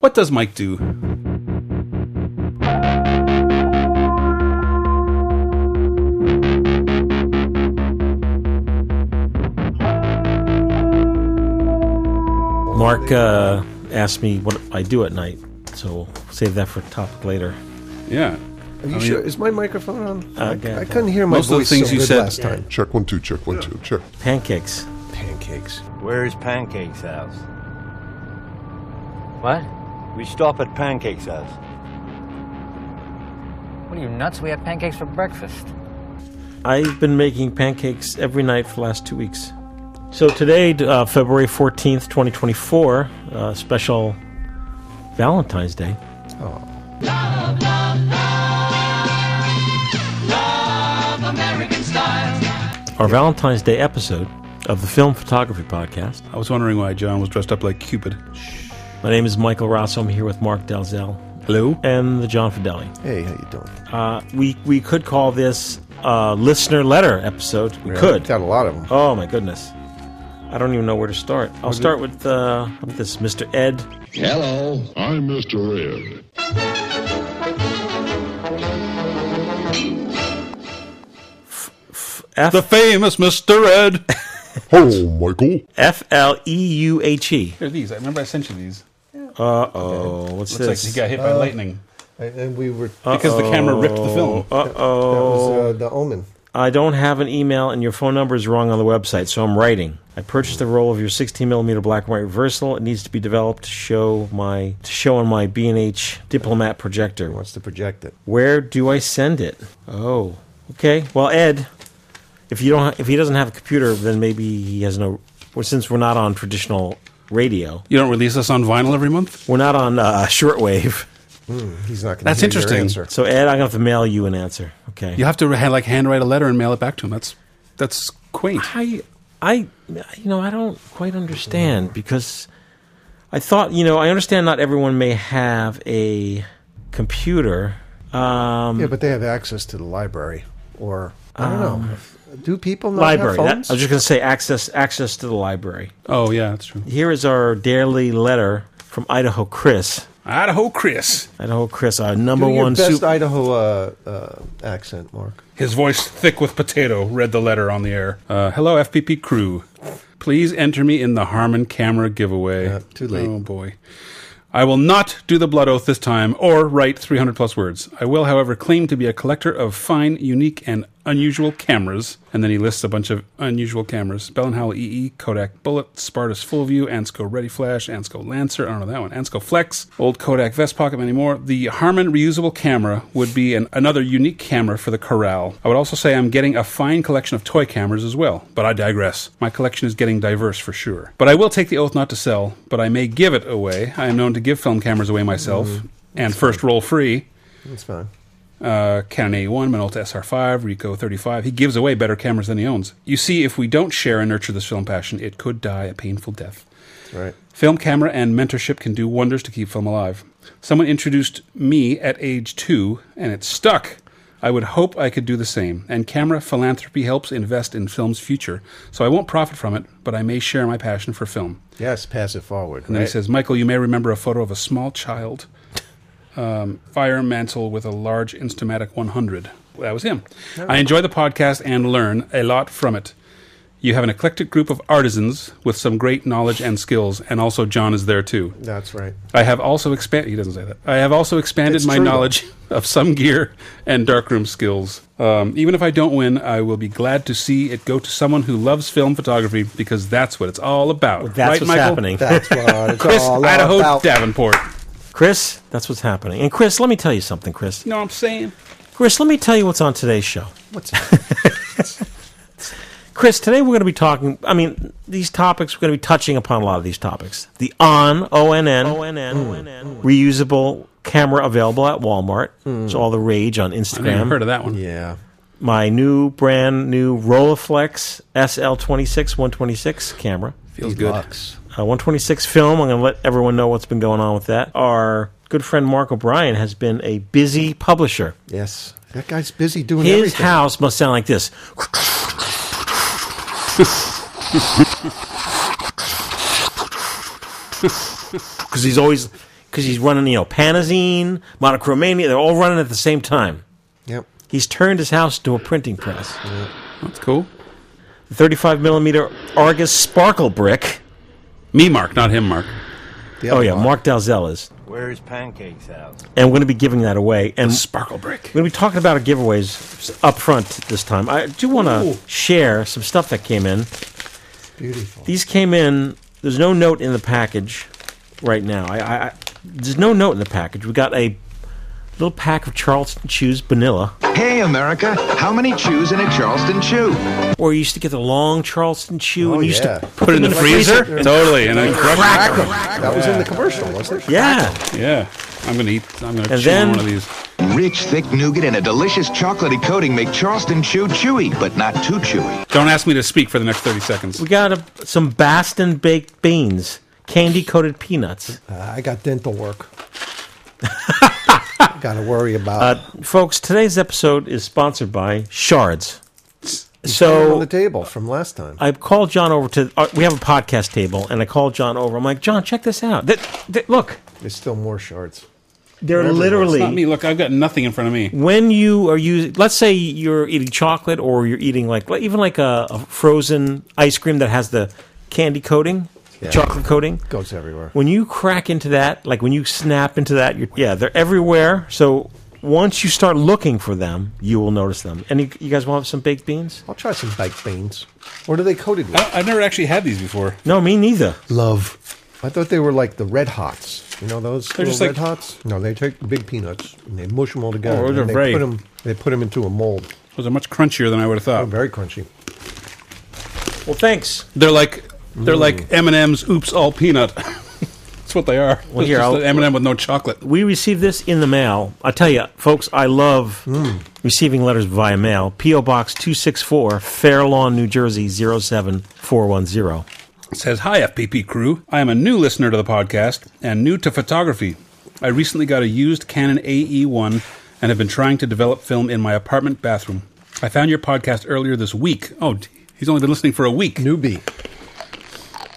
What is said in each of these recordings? What does Mike do? Mark uh, asked me what I do at night, so save that for topic later. Yeah. Are you sure? Is my microphone on? Uh, I, yeah. I couldn't hear my Most of the voice things so you good said- last time. Check one, two, check one, two, check. Pancakes. Pancakes. Where's Pancake's house? What? We stop at Pancake's house. What are you nuts? We had pancakes for breakfast. I've been making pancakes every night for the last two weeks. So today, uh, February 14th, 2024, uh, special Valentine's Day. Our Valentine's Day episode of the Film Photography Podcast. I was wondering why John was dressed up like Cupid. My name is Michael Rosso. I'm here with Mark Dalzell Hello? and the John Fidelli. Hey, how you doing? Uh, we we could call this uh, listener letter episode. We could. Got a lot of them. Oh my goodness. I don't even know where to start. I'll start with uh, with this Mr. Ed. Hello, Oh, I'm Mr. Red. F- The famous Mr. Ed! Oh, Michael. F L E U H E. Here are these. I remember I sent you these. Uh oh. What's Looks like this? he got hit by lightning And, and we were. because the camera ripped the film. uh that oh. was uh, the omen. I don't have an email, and your phone number is wrong on the website, so I'm writing. I purchased a roll of your 16 millimeter black and white reversal. It needs to be developed to show my to show on my B and H diplomat projector. Wants to project it. Where do I send it? Oh, okay. Well, Ed, if you don't, if he doesn't have a computer, then maybe he has no. Well, since we're not on traditional radio, You don't release us on vinyl every month? we're not on uh, shortwave. He's not going to. That's interesting. Your answer. So, Ed, I'm gonna have to mail you an answer. Okay. You have to ha- like handwrite a letter and mail it back to him. That's that's quaint. I, I, you know, I don't quite understand because I thought, you know, I understand not everyone may have a computer. Hmm. Um, Yeah, but they have access to the library, or I don't Um, know. Do people not library. have That- phones? I was just gonna say access access to the library. Oh yeah, that's true. Here is our daily letter from Idaho Chris. Idaho Chris. Idaho Chris, our number Do your one best super. Idaho uh, uh, accent, Mark. His voice thick with potato read the letter on the air. Uh, hello, FPP crew. Please enter me in the Harmon camera giveaway. Uh, too late. Oh boy. I will not do the blood oath this time or write 300 plus words. I will, however, claim to be a collector of fine, unique, and unusual cameras. And then he lists a bunch of unusual cameras Bell and Howell EE, Kodak Bullet, Spartas Full View, Ansco Ready Flash, Ansco Lancer, I don't know that one, Ansco Flex, old Kodak Vest Pocket, many more. The Harman reusable camera would be an, another unique camera for the Corral. I would also say I'm getting a fine collection of toy cameras as well, but I digress. My collection is getting diverse for sure. But I will take the oath not to sell, but I may give it away. I am known to give film cameras away myself, and first roll free That's fine. uh, Canon A1, Minolta SR5, Ricoh 35. He gives away better cameras than he owns. You see, if we don't share and nurture this film passion, it could die a painful death. That's right. Film camera and mentorship can do wonders to keep film alive. Someone introduced me at age two, and it stuck. I would hope I could do the same. And camera philanthropy helps invest in film's future, so I won't profit from it, but I may share my passion for film. Yes, pass it forward. And then right? he says, Michael, you may remember a photo of a small child, um, fire mantle with a large Instamatic 100. That was him. I enjoy the podcast and learn a lot from it. You have an eclectic group of artisans with some great knowledge and skills, and also John is there too. "That's right." I have also expanded. He doesn't say that. I have also expanded It's my true, though. knowledge of some gear and darkroom skills. Um, even if I don't win, I will be glad to see it go to someone who loves film photography because that's what it's all about. That's right, what's Michael? happening. That's what it's Chris all Idaho about. Davenport. Chris, that's what's happening. And Chris, let me tell you something, Chris. You know what I'm saying? Chris, let me tell you what's on today's show. What's Chris, today we're going to be talking. I mean, these topics, we're going to be touching upon a lot of these topics. The ON, O-N-N, O-N-N, O-N-N, reusable camera available at Walmart. Hmm. It's all the rage on I never Instagram. heard of that one. yeah. My new, brand new Rolleiflex SL26 126 camera. Feels good. Bucks. Uh, 126 film. I'm going to let everyone know what's been going on with that. Our good friend Mark O'Brien has been a busy publisher. Yes, that guy's busy doing His everything. house must sound like this. Because he's always because he's running, you know, Panazine, Monochromania. They're all running at the same time. Yep. He's turned his house into a printing press. That's cool. The 35 millimeter Argus Sparkle Brick. Me, Mark, not him, Mark. The Oh other yeah, one. Mark Dalzell is, Where's Pancake's house? and we're going to be giving that away. And Sparkle brick. We're going to be talking about our giveaways up front this time. I do want Ooh. to share some stuff that came in. Beautiful. These came in. There's no note in the package right now. I, I, I there's no note in the package. We got a little pack of Charleston Chews vanilla, Hey, America, how many chews in a Charleston chew? or you used to get the long Charleston Chew Oh, and you used yeah. to Put it in the freezer? Totally. And then crush Cracker. That was in the commercial, wasn't it? yeah. it. Yeah. I'm going to eat. I'm going to And chew on then- one of these. Rich, thick nougat and a delicious chocolatey coating make Charleston chew chewy, but not too chewy. Don't ask me to speak for the next 30 seconds. We got a, some Baston baked beans, candy coated peanuts. Uh, I got dental work. got to worry about Uh, folks, today's episode is sponsored by Shards. on So the table from last time. I called John over to. Uh, we have a podcast table, and I called John over. I'm like, John, check this out. Th- th- look, There's still more shards. they're Not literally me. Look, I've got nothing in front of me. when you are using. Let's say you're eating chocolate, or you're eating like like- even like a, a frozen ice cream that has the candy coating, Yeah. chocolate coating. Goes everywhere. When you crack into that, like when you snap into that, you're, yeah, they're everywhere. So once you start looking for them, you will notice them. And you, you guys want some baked beans? I'll try some baked beans. What are they coated I with? don't- I've never actually had these before. No, me neither. Love. I thought they were like the red hots. You know those They're little just like- red hots? No, they take big peanuts and they mush them all together. Oh, and they're they very- put them. They put them into a mold. Those are much crunchier than I would have Oh, thought. very crunchy. Well, thanks. They're like they're like M&M's oops all peanut. That's what they are. Well, it's here, just I'll- an M&M with no chocolate. We received this in the mail. I tell you, folks, I love receiving letters via mail. P.O. Box 264, Fair Lawn, New Jersey 07410. says hi fpp crew i am a new listener to the podcast and new to photography i recently got a used canon ae1 and have been trying to develop film in my apartment bathroom i found your podcast earlier this week oh d- he's only been listening for a week Newbie.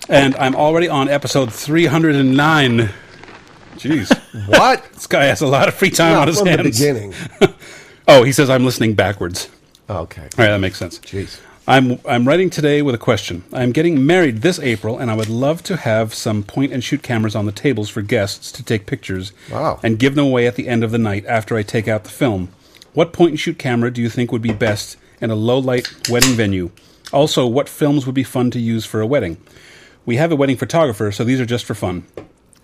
and i'm already on episode 309 jeez What? this guy has a lot of free time on Not his from hands the beginning. oh he says i'm listening backwards Okay. all right, that makes sense. Jeez. I'm I'm writing today with a question. I'm getting married this April, and I would love to have some point and shoot cameras on the tables for guests to take pictures. Wow. And give them away at the end of the night after I take out the film. What point and shoot camera do you think would be best in a low light wedding venue? Also, what films would be fun to use for a wedding? We have a wedding photographer, so these are just for fun.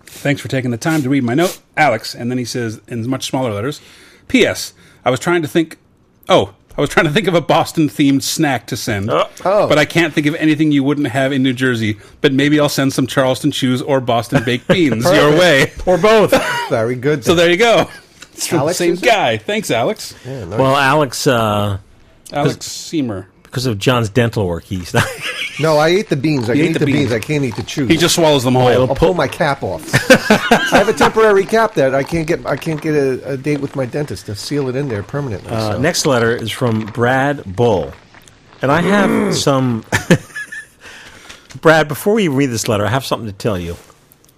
Thanks for taking the time to read my note, Alex. And then he says in much smaller letters, P.S. I was trying to think. Oh, I was trying to think of a Boston themed snack to send. Oh. But I can't think of anything you wouldn't have in New Jersey. But maybe I'll send some Charleston chews or Boston baked beans your way. Or both. Very good. So there you go. It's from Alex, the is same it? guy. Thanks, Alex. Yeah, no, well, Alex, uh, Alex Seamer. because of John's dental work, he's not. no, I ate the beans. I can ate eat the the beans. beans. I can't eat the chews. He just swallows them I'll, whole. pull my cap off. I have a temporary cap that I can't get. I can't get a, a date with my dentist to seal it in there permanently. Uh, so. Next letter is from Brad Bull. And I have some. Brad, before we read this letter, I have something to tell you.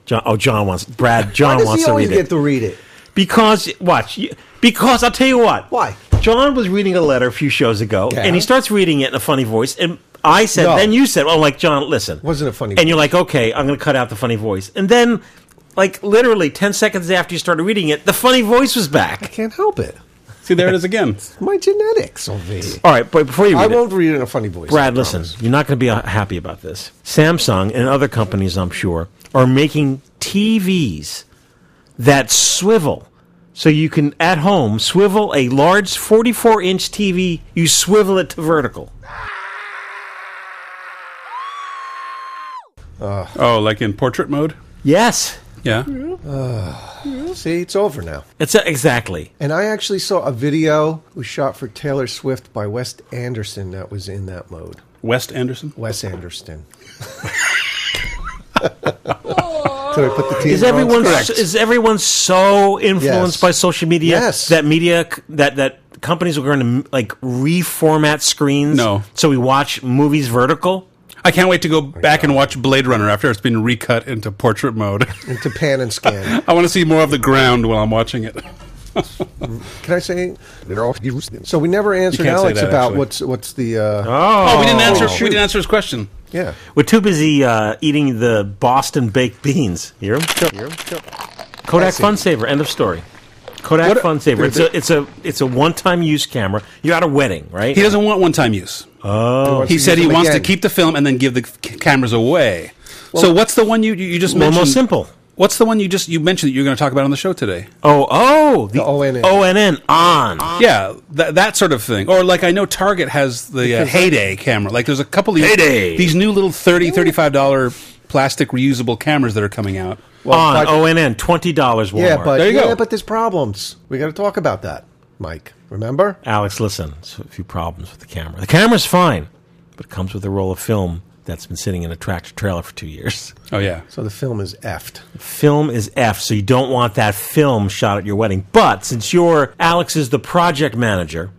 John, oh, John wants. Brad, Why John does wants he to always read get it. to read it? Because, watch. you- Because, I'll tell you what. Why? John was reading a letter a few shows ago, Yeah. and he starts reading it in a funny voice. And I said, No. then you said, well, I'm like, John, listen. Wasn't a funny And you're like, okay, I'm going to cut out the funny voice. And then, like, literally 10 seconds after you started reading it, the funny voice was I back. can't help it. See, there it is again. My genetics over here. All right, but before you read I it, won't read it in a funny voice. Brad, I listen, promise. you're not going to be uh, happy about this. Samsung and other companies, I'm sure, are making TVs that swivel. So you can, at home, swivel a large 44 inch TV, you swivel it to vertical. Oh, like in portrait mode? Yes. Yeah. See, it's over now. It's a, exactly. And I actually saw a video was shot for Taylor Swift by Wes Anderson that was in that mode. West Anderson? Wes Anderson. so I put the T in Is the wrong everyone spot. so, is everyone so influenced Yes. by social media Yes. that media c- that that companies are going to like reformat screens No. so we watch movies vertical? I can't wait to go back and watch Blade Runner after it's been recut into portrait mode. Into pan and scan. I want to see more of the ground while I'm watching it. Can I say? So we never answered can't say Alex that, about actually. what's what's the. Uh, Oh, we didn't answer. shoot. We didn't answer his question. Yeah. We're too busy uh, eating the Boston baked beans. Hear 'em? Kodak Fun Saver. End of story. Kodak What- Fun Saver. It's a it's a it's a one time use camera. You're at a wedding, right? He doesn't want one-time use. wants Oh. he to said use he them wants again. to keep the film and then give the c- cameras away. so what's the one you you you just Well, mentioned? most simple. What's the one you just you mentioned that you're going to talk about on the show today? Oh oh the, ONN. ONN on. Yeah, that, that sort of thing. Or like I know Target has the uh, Heyday camera. Like there's a couple of these, Heyday. these new little 30 35 dollar plastic reusable cameras that are coming out. on but- ONN twenty dollars Walmart. Yeah, but There you yeah, go. but there's problems. We got to talk about that, Mike. Remember? Alex, listen, there's a few problems with the camera. The camera's fine, but it comes with a roll of film that's been sitting in a tractor trailer for two years. Oh yeah. So the film is effed. Film is F, so you don't want that film shot at your wedding. But since you're Alex is the project manager,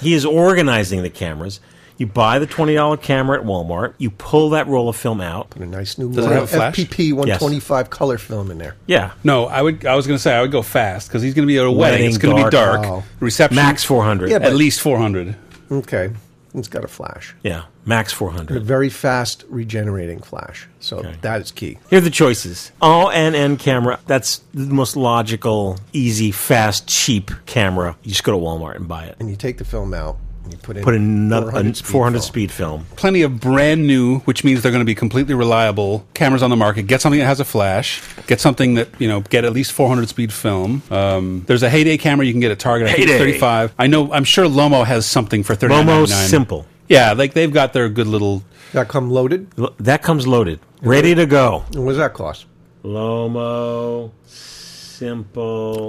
he is organizing the cameras. You buy the twenty dollar camera at Walmart. You pull that roll of film out. A nice new Does it have a flash? FPP 125 color film in there. Yeah, No, I would I was going to say I would go fast cuz he's going to be at a wedding. Wedding, It's going to be dark. dark. Wow. Reception max four hundred. Yeah, at but- least 400. Okay, it's got a flash, yeah, max four a hundred. very fast regenerating flash. So that is key. Here are the choices. ONN camera. That's the most logical, easy, fast, cheap camera. You just go to Walmart and buy it. And you take the film out and you put in Put another 400, 400 speed, speed film. film. Plenty of brand new, which means they're going to be completely reliable cameras on the market. Get something that has a flash. Get something that you know. Get at least 400 speed film. Um, there's a Heyday camera you can get at Target. I think it's Heyday. 35. I know. I'm sure Lomo has something for 39. Momo simple. Yeah, like they've got their good little. That come loaded. L- That comes loaded, ready to go. And what does that cost? Lomo simple.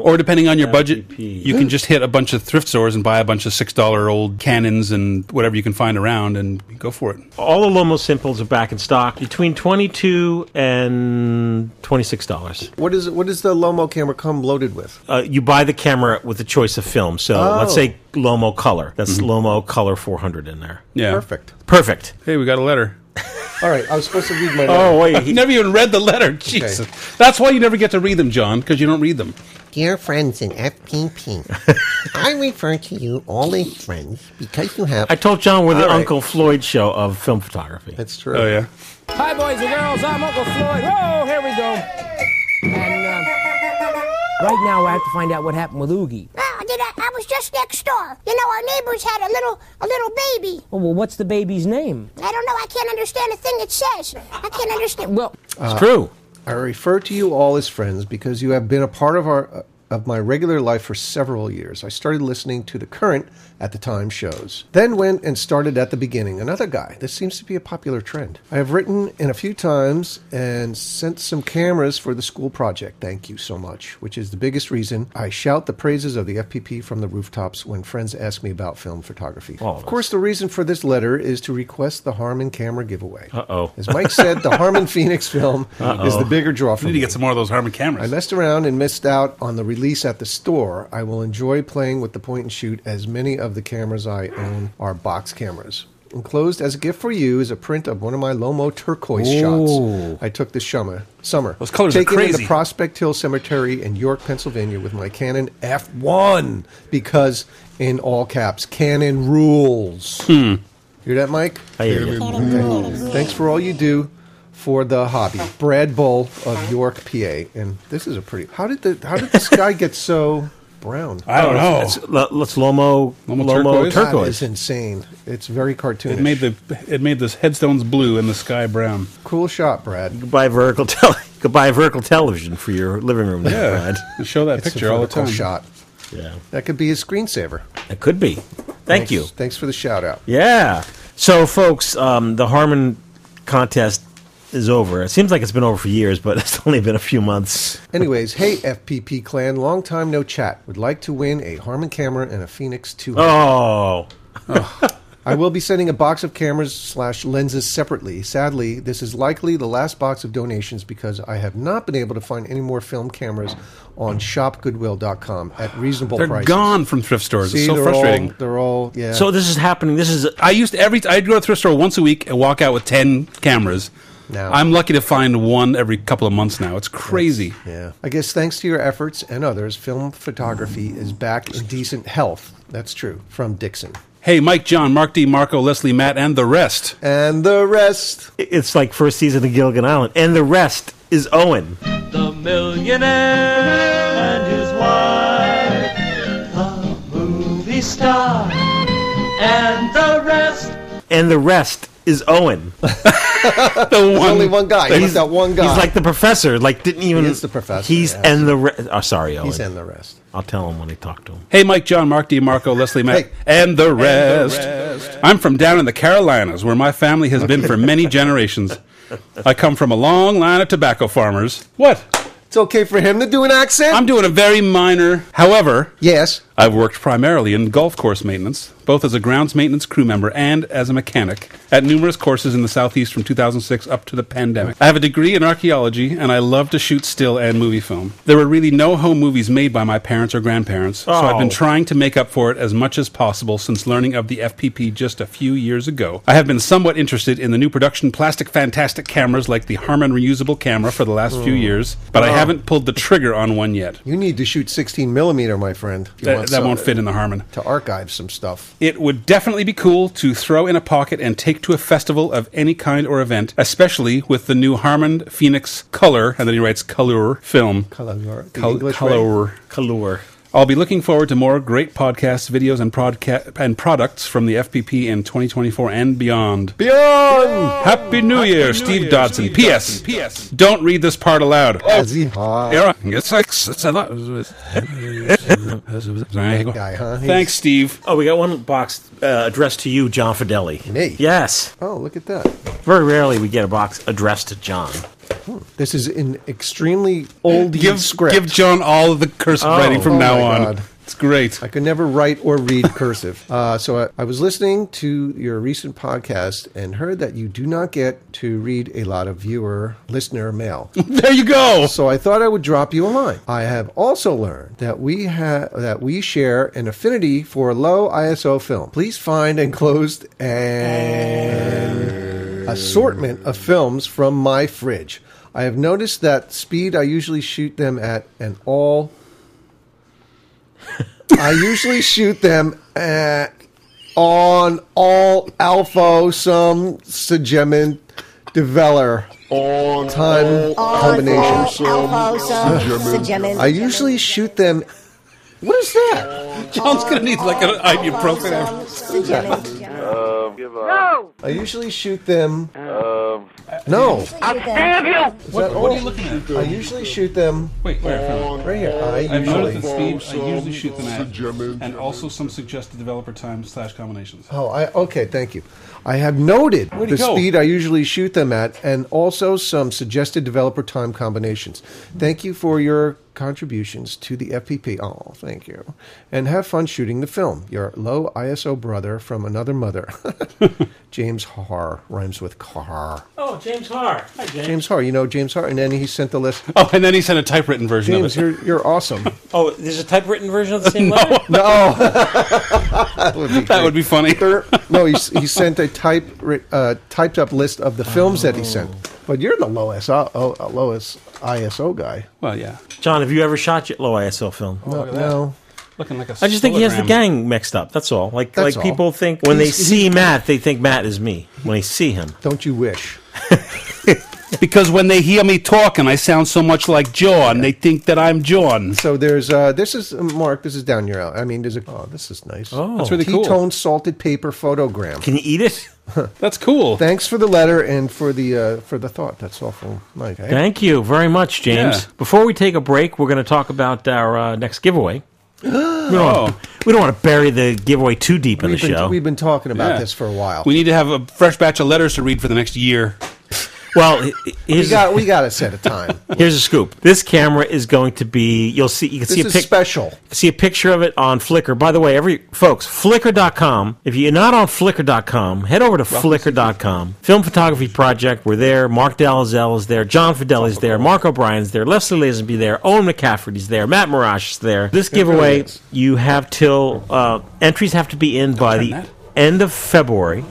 Or depending on your budget, LPP. you can just hit a bunch of thrift stores and buy a bunch of six dollar old cannons and whatever you can find around and go for it. Oh, all the Lomo simples are back in stock between twenty two and twenty six dollars. What is what does the Lomo camera come loaded with? Uh, you buy the camera with the choice of film. So let's Oh. say Lomo color. That's Lomo color four hundred in there. Yeah. Perfect. Perfect. Hey, we got a letter. All right, I was supposed to read my. letter. Oh wait, You never even read the letter. Jesus. That's why you never get to read them, John, because you don't read them. Dear friends in FPP, I refer to you all as friends because you have I told John we're the All right. Uncle Floyd show of film photography. that's true. Oh yeah. Hi, boys and girls. I'm Uncle Floyd. Whoa, here we go. And um, right now, I have to find out what happened with Oogie. Well, I did. I, I was just next door. You know, our neighbors had a little, a little baby. Oh, well, what's the baby's name? I don't know. I can't understand a thing it says. I can't understand. Well, it's true. I refer to you all as friends because you have been a part of our uh, of my regular life for several years. I started listening to the current at the time shows. Then went and started at the beginning. Another guy. This seems to be a popular trend. I have written in a few times and sent some cameras for the school project. Thank you so much, which is the biggest reason I shout the praises of the FPP from the rooftops when friends ask me about film photography. All of of us. course, the reason for this letter is to request the Harmon camera giveaway. Uh-oh. As Mike said, the Harmon Phoenix film is the bigger draw for We need to me. get some more of those Harman I cameras. messed around and missed out on the release at the store. I will enjoy playing with the point and shoot as many of the cameras I own are box cameras. Enclosed as a gift for you is a print of one of my Lomo turquoise shots I took this summer. Summer. Those colors are Taken in crazy. the Prospect Hill Cemetery in York, Pennsylvania, with my Canon F1 because, in all caps, Canon rules. Hmm. Hear that, Mike? I hear you. Thanks for all you do for the hobby, Brad Bull of York, PA. And this is a pretty. How did the How did this guy get so brown? I don't know. That's- Oh, let- Let's Lomo Lomo Lomo, turquoise? turquoise. That is insane. It's very cartoonish. It made the it made the headstones blue and the sky brown. cool shot, Brad. You could buy vertical tele- you could buy a vertical television for your living room. now, Brad. They show that Oh, It's a picture all the vertical time. Shot. Yeah, That could be his screensaver. it could be. Thank you. Thanks for the shout out. Yeah. So, folks, um, the Harmon contest is over. It seems like it's been over for years, but it's only been a few months. Anyways, hey FPP clan, long time no chat. Would like to win a Harman camera and a Phoenix 200. Oh, I will be sending a box of cameras slash lenses separately. Sadly, this is likely the last box of donations because I have not been able to find any more film cameras on shopgoodwill.com at reasonable They're prices. gone from thrift stores. See, it's so they're frustrating. All, they're all yeah. So this is happening. This is I used to- every. I'd go to a thrift store once a week and walk out with ten cameras. Now- I'm lucky to find one every couple of months now. It's crazy. Yeah. I guess thanks to your efforts and others, film photography is back in decent health. That's true. From Dixon. Hey, Mike, John, Mark D, Marco, Leslie, Matt, and the rest. And the rest. it's like first season of Gilligan Island, and the rest is Owen. The millionaire and his wife, the movie star, and the rest. And the rest is Owen. the There's only one guy. He's that one guy. He's like the professor. Like didn't even. He is the professor, He's yeah. and the. Re- oh, sorry, Owen. He's in the rest. I'll tell him when I talk to him. Hey, Mike, John, Mark D, Marco, Leslie, Matt, Hey. and the rest. I'm from down in the Carolinas, where my family has been for many generations. I come from a long line of tobacco farmers. What? It's okay for him to do an accent? I'm doing a very minor. However, yes. I've worked primarily in golf course maintenance, both as a grounds maintenance crew member and as a mechanic, at numerous courses in the Southeast from 2006 up to the pandemic. I have a degree in archaeology, and I love to shoot still and movie film. There were really no home movies made by my parents or grandparents, so I've been Oh. trying to make up for it as much as possible since learning of the FPP just a few years ago. I have been somewhat interested in the new production plastic fantastic cameras like the Harman reusable camera for the last few years, but I haven't pulled the trigger on one yet. Mm. Oh. You need to shoot 16 millimeter, my friend. if you That, want that some- won't fit in the Harman. To archive some stuff. It would definitely be cool to throw in a pocket and take to a festival of any kind or event, especially with the new Harmon Phoenix Color, and then he writes Color film. Color. the Col- English way. color. Kalur. I'll be looking forward to more great podcasts, videos, and, prodca- and products from the FPP in 2024 and beyond. Beyond. Happy New Year, Steve Dodson. Oh. P.S. P.S. Don't read this part aloud. Hot Yeah, it's like- it's a lot. guy, huh? He's- Thanks, Steve. Oh, we got one box uh, addressed to you, John Fidelli. Me? Yes. Oh, look at that. Very rarely we get a box addressed to John. This is an extremely old give script. give John all the cursive Oh. writing from Oh now my on. God. It's great. I could never write or read cursive. Uh, so I, I was listening to your recent podcast and heard that you do not get to read a lot of viewer listener mail. There you go. so I thought I would drop you a line. I have also learned that we ha- that we share an affinity for low ISO film. Please find enclosed an assortment of films from my fridge. I have noticed that speed I usually shoot them at and all I usually shoot them uh, on all alpha some segment develler On time combinations. Alfonso, I usually shoot them. What is that? John's gonna need like an ibuprofen. after- I usually shoot them. no. Um, What, what are you looking at? I usually shoot them Wait, where? right here. I I've noticed usually. that Steve. I usually shoot them at, Suggested- and also some suggested developer time slash combinations. Oh, I okay. Thank you. I have noted Where'd the it go? speed I usually shoot them at, and also some suggested developer time combinations. Thank you for your contributions to the FPP. Oh, thank you. And have fun shooting the film. Your low ISO brother from another mother, James Har rhymes with car. Oh, James Har. Hi, James. James Har, you know James Har, and then he sent the list. Oh, and then he sent a typewritten version James, of it. you're you're awesome. Oh, there's a typewritten version of the same letter? no, that would be. That would be funny. no, he, s- he sent a type, writ- uh, typed up list of the films that he sent. But you're the lowest, uh, oh, uh, lowest ISO guy. Well, yeah, John, have you ever shot your oh, low ISO film? No, no. looking like a. I just think he has the hologram. gang mixed up. That's all. Like That's like all. people think when they He's- he's- see Matt, they think Matt is me. When they see him, don't you wish? Because when they hear me talking, I sound so much like John. They think that I'm John. So there's uh, this is uh, Mark. This is down your alley. I mean, there's a oh, this is nice. Oh, That's really cool. T-tone salted paper photogram. can you eat it? That's cool. Thanks for the letter and for the uh, for the thought. That's all from Mike. eh? Thank you very much, James. Yeah. Before we take a break, we're going to talk about our uh, next giveaway. we, don't Oh. wanna, we don't want to bury the giveaway too deep in We've the been, show. we've been talking about Yeah. this for a while. We need to have a fresh batch of letters to read for the next year. Well, we got we got to set a time. Here's a scoop. This camera is going to be. You'll see. You can see a This pic- is special. See a picture of it on Flickr. By the way, every folks, Flickr.com. If you're not on Flickr.com, head over to Flickr.com. Film Photography Project. We're there. Mark Dalzell is there. John Fideli's there. Mark O'Brien's there. Leslie Lazenby there. Owen McCafferty's there. Matt Mirage is there. This Good giveaway, brilliance. you have till uh, entries have to be in by the that. end of February.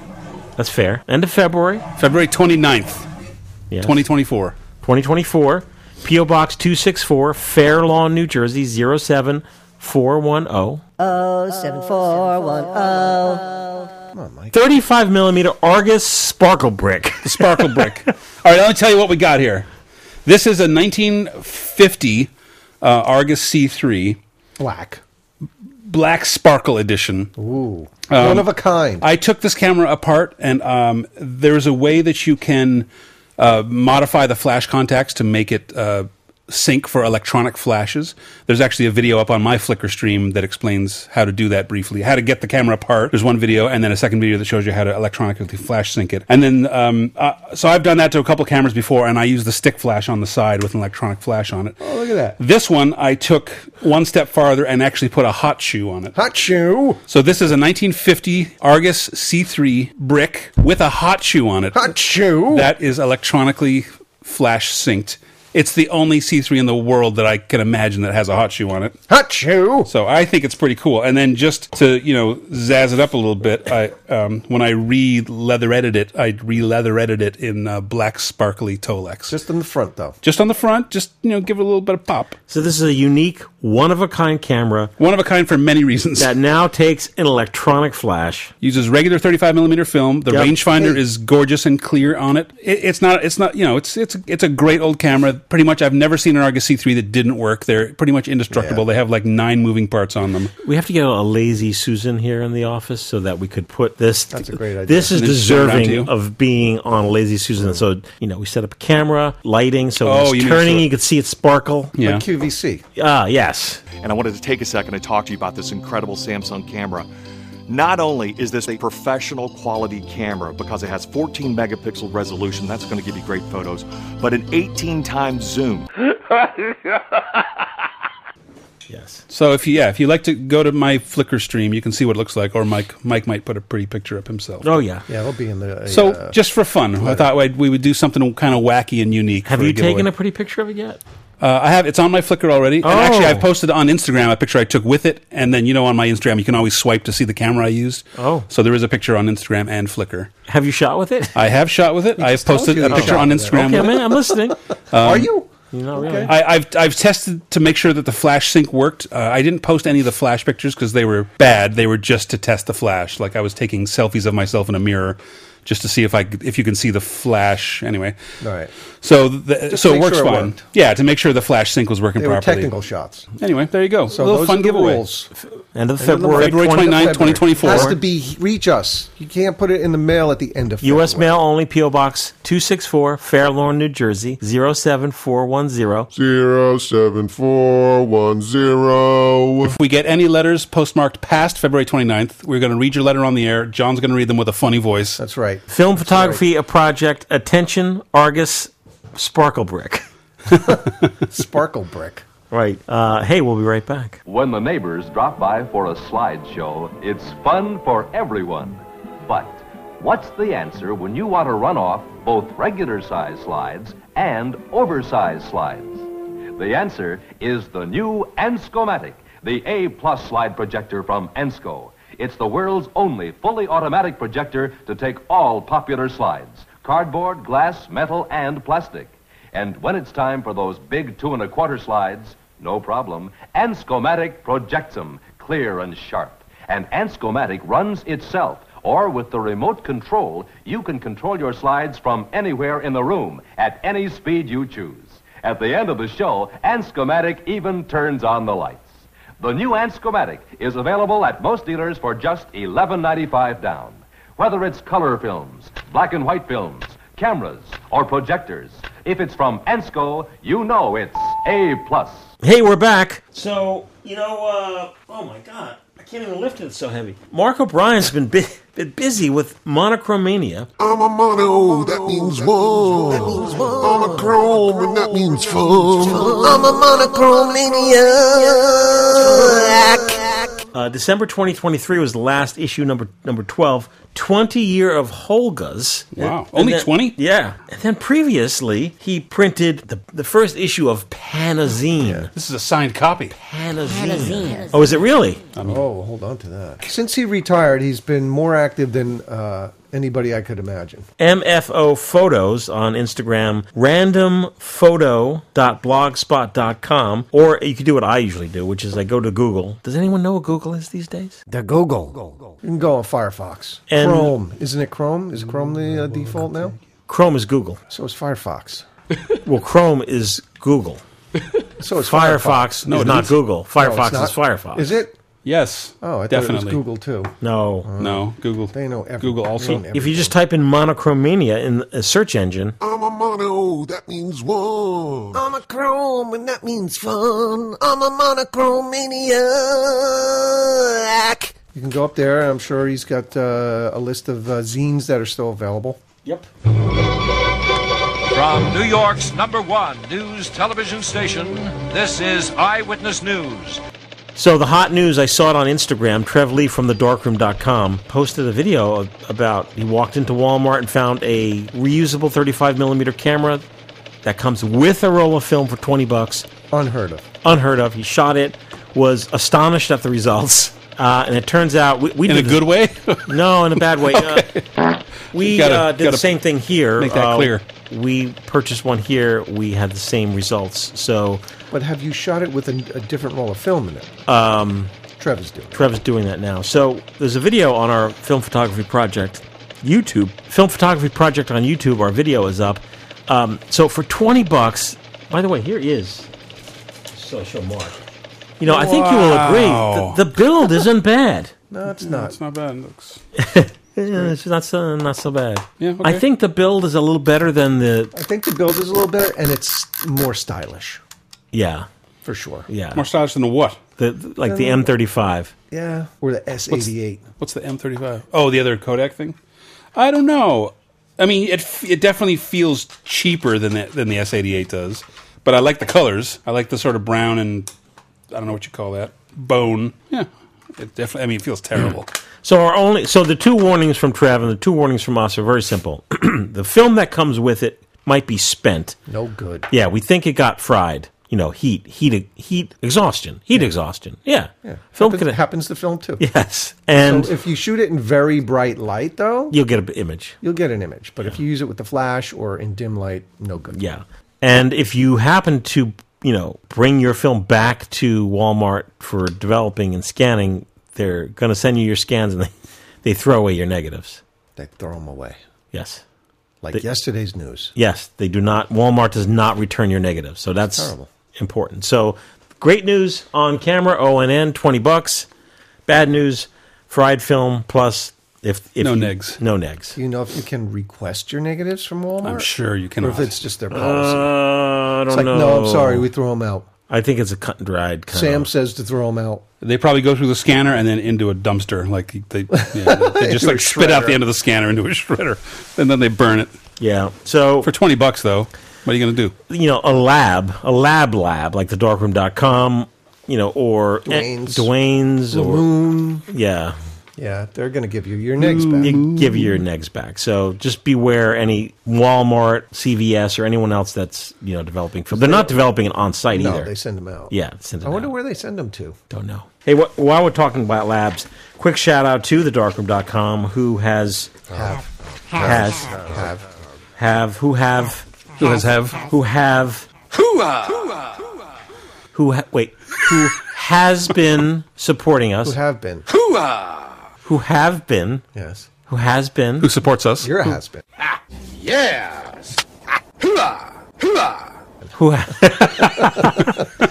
That's fair. End of February. February 29th, Yes. 2024. 2024, P.O. Box 264, Fair Lawn, New Jersey 07410. Oh, seven four one oh. Come on, Mike. 35 millimeter Argus Sparkle Brick. Sparkle Brick. All right, let me tell you what we got here. This is a 1950 uh, Argus C3 Black. Black Sparkle Edition. Ooh. Um, One of a kind. I took this camera apart, and um, there's a way that you can uh, modify the flash contacts to make it uh, sync for electronic flashes. There's actually a video up on my Flickr stream that explains how to do that briefly, how to get the camera apart. There's one video, and then a second video that shows you how to electronically flash sync it. And then, um, uh, so I've done that to a couple cameras before, and I use the stick flash on the side with an electronic flash on it. Oh, look at that. This one I took one step farther and actually put a hot shoe on it. Hot shoe. So this is a 1950 Argus C3 brick with a hot shoe on it. Hot shoe. That is electronically flash synced. It's the only C3 in the world that I can imagine that has a hot shoe on it. Hot shoe. So I think it's pretty cool. And then just to you know zazz it up a little bit, I um, when I re leather it, I re leather it in uh, black sparkly Tolex. Just, Just in the front though. on the front, just you know give it a little bit of pop. So this is a unique, one of a kind camera One of a kind for many reasons. that now takes an electronic flash. uses regular 35 millimeter film. The Yep. rangefinder is gorgeous and clear on it. it. It's not. It's not. You know. It's it's it's a great old camera. Pretty much, I've never seen an Argus C3 that didn't work. They're pretty much indestructible. They have like nine moving parts on them. We have to get a lazy Susan here in the office so that we could put this. That's a great idea. This is And then show it around to deserving you. of being on lazy Susan. So you know, we set up a camera, lighting, Oh, so you when it's mean turning, so- you could see it sparkle. Yeah. Like QVC. Ah, yes. and I wanted to take a second to talk to you about this incredible Samsung camera. Not only is this a professional quality camera because it has 14 megapixel resolution, that's going to give you great photos, but an 18 times zoom. Yes. So if you yeah, if you like to go to my Flickr stream, you can see what it looks like. Or Mike Mike might put a pretty picture up himself. Oh yeah. Yeah, it'll be in the. uh, So uh, just for fun, I thought I'd, we would do something kind of wacky and unique. Have for you a giveaway. taken a pretty picture of it yet? Uh, I have. It's on my Flickr already. Oh. And actually, I've posted on Instagram a picture I took with it. And then, you know, on my Instagram, you can always swipe to see the camera I used. Oh. So there is a picture on Instagram and Flickr. Have you shot with it? I have shot with it. I have just told posted you a you picture shot on with it. Instagram. okay, with man, it. I'm listening. are you? You're not really. I, I've I've tested to make sure that the flash sync worked. Uh, I didn't post any of the flash pictures because they were bad. They were just to test the flash. Like I was taking selfies of myself in a mirror, just to see if I could- if you can see the flash. Anyway, All right. so the, Just so to it make works sure it fine. worked. yeah, to make sure the flash sync was working They were properly. technical shots. Anyway, there you go. So a little those fun are the giveaway. rules. End of End of February, February 20 29th. 9, February. 2024. Has to be reach us. You can't put it in the mail at the end of U.S. February. mail only, P.O. Box 264, Fair Lawn, New Jersey 07410. Zero seven four one zero. If we get any letters postmarked past February 29th, we're going to read your letter on the air. John's going to read them with a funny voice. That's right. Film photography, a project, attention, Argus, Sparkle Brick. Sparkle brick. Right. Uh, hey, we'll be right back. When the neighbors drop by for a slideshow, it's fun for everyone. But what's the answer when you want to run off both regular size slides and oversized slides? The answer is the new Anscomatic, the A plus slide projector from Ansco. It's the world's only fully automatic projector to take all popular slides cardboard, glass, metal, and plastic. And when it's time for those big two and a quarter slides, no problem. Anscomatic projects 'em clear and sharp. And Anscomatic runs itself, or with the remote control, you can control your slides from anywhere in the room at any speed you choose. At the end of the show, Anscomatic even turns on the lights. The new Anscomatic is available at most dealers for just $11.95 down. Whether it's color films, black and white films, cameras, or projectors, if it's from Ansco, you know it's A plus. Hey, we're back. So, you know, uh, oh my God. I can't even lift it, it's so heavy. Mark O'Brien's been, bu- been busy with monochromania. I'm a mono, that means one. I'm a chrome, and that means fun. I'm a monochromaniac. Uh, December 2023 was the last issue, number number 12. 20 year of Holgas. Wow. Only 20? Yeah. And then previously, he printed the, the first issue of Panazine. This is a signed copy. Panazine. Oh, is it really? oh, hold on to that. Since he retired, he's been more active than uh, anybody I could imagine. MFO Photos on Instagram, randomphoto.blogspot.com, or you can do what I usually do, which is I go to Google. Does anyone know what Google is these days? The Google. You can go on Firefox. And- Chrome. Isn't it Chrome? Is Chrome the uh, default now? Chrome is Google. So is Firefox. Well, Chrome is Google. So is Firefox, Firefox. No, is it not isn't. Google. No, it's Firefox not. is Firefox. Is it? Yes. Oh, I thought definitely. it was Google too. No. No, Google. They know everything. Google also. They know If you just type in monochromania in a search engine, I'm a mono, that means one. I'm a chrome, and that means fun. I'm a monochromaniac. You can go up there. I'm sure he's got uh, a list of uh, zines that are still available. Yep. From New York's number one news television station, this is Eyewitness News. So the hot news I saw it on Instagram. Trev Lee from thedorkroom.com posted a video of- about he walked into Walmart and found a reusable 35 millimeter camera that comes with a roll of film for 20 bucks. Unheard of. Unheard of. He shot it. Was astonished at the results. Uh, and it turns out we, we In did a this- good way? No, in a bad way. Uh, we Gotta- uh, did the gotta same thing here. make that Uh, clear. We purchased one here. We had the same results. So But have you shot it with a, a different roll of film in it? um, Trevor's doing. it. Trev's doing that now. So there's a video on our film photography project YouTube. Film photography project on YouTube. Our video is up. Um, so for twenty bucks, by the way, here is. So I'll show Mark. You know, I think you will agree. Wow. The, the build isn't bad. No, it's No, not. it's not bad. It looks. Yeah, it's not so not so bad. Yeah, okay. I think the build is a little better than the I think the build is a little better, and it's more stylish yeah for sure. yeah More stylish than the what? the, the- like the M35. Yeah, or the S88. What's the M35? Oh, the other Kodak thing? I don't know. I mean, it f- it definitely feels cheaper than the, than the S88 does, but I like the colors. I like the sort of brown and I don't know what you call that bone. Yeah, it definitely. I mean, it feels terrible. So our only so the two warnings from Trav and the two warnings from us are very simple. the film that comes with it might be spent. No good. Yeah, we think it got fried. You know, heat, heat, heat exhaustion, heat exhaustion. Yeah, Yeah. film happens, could happens to film too. yes, and So if you shoot it in very bright light, though, you'll get an image. you'll get an image. But if you use it with the flash or in dim light, no good. Yeah, and if you happen to you know bring your film back to Walmart for developing and scanning, they're going to send you your scans and they they throw away your negatives. They throw them away. Yes. Like yesterday's news. Yes, they do not. Walmart does not return your negatives, so that's Terrible. important. So, great news on camera, ONN, twenty bucks. Bad news, fried film plus if, if No you- negs. no negs. Do you know if you can request your negatives from Walmart? I'm sure you Or cannot. if it's just their Uh, policy. I don't it's like, know. no, I'm sorry, we throw them out. I think it's a cut and dried kind Sam of. says to throw them out. They probably go through the scanner and then into a dumpster. Like they, yeah, they just Into a like spit out shredder. the end of the scanner into a shredder, and then they burn it Yeah. So for twenty bucks. Though, what are you going to do? you know, a lab, a lab lab like the darkroom.com, you know, or Dwayne's. Dwayne's or Boom. yeah. Yeah, they're going to give you your negs back. You give your negs back. So just beware any Walmart, CVS, or anyone else that's you know developing film. They're not developing it on site no, either. they send them out. yeah, send it I wonder out. where they send them to. Don't know. Hey, wh- while we're talking about labs, quick shout out to thedarkroom.com who has Have. has Have. have who have Who has have? who have who ha- wait who has been supporting Who us have been. who have been Yes. who has been Who supports us? You're a has been. who ha-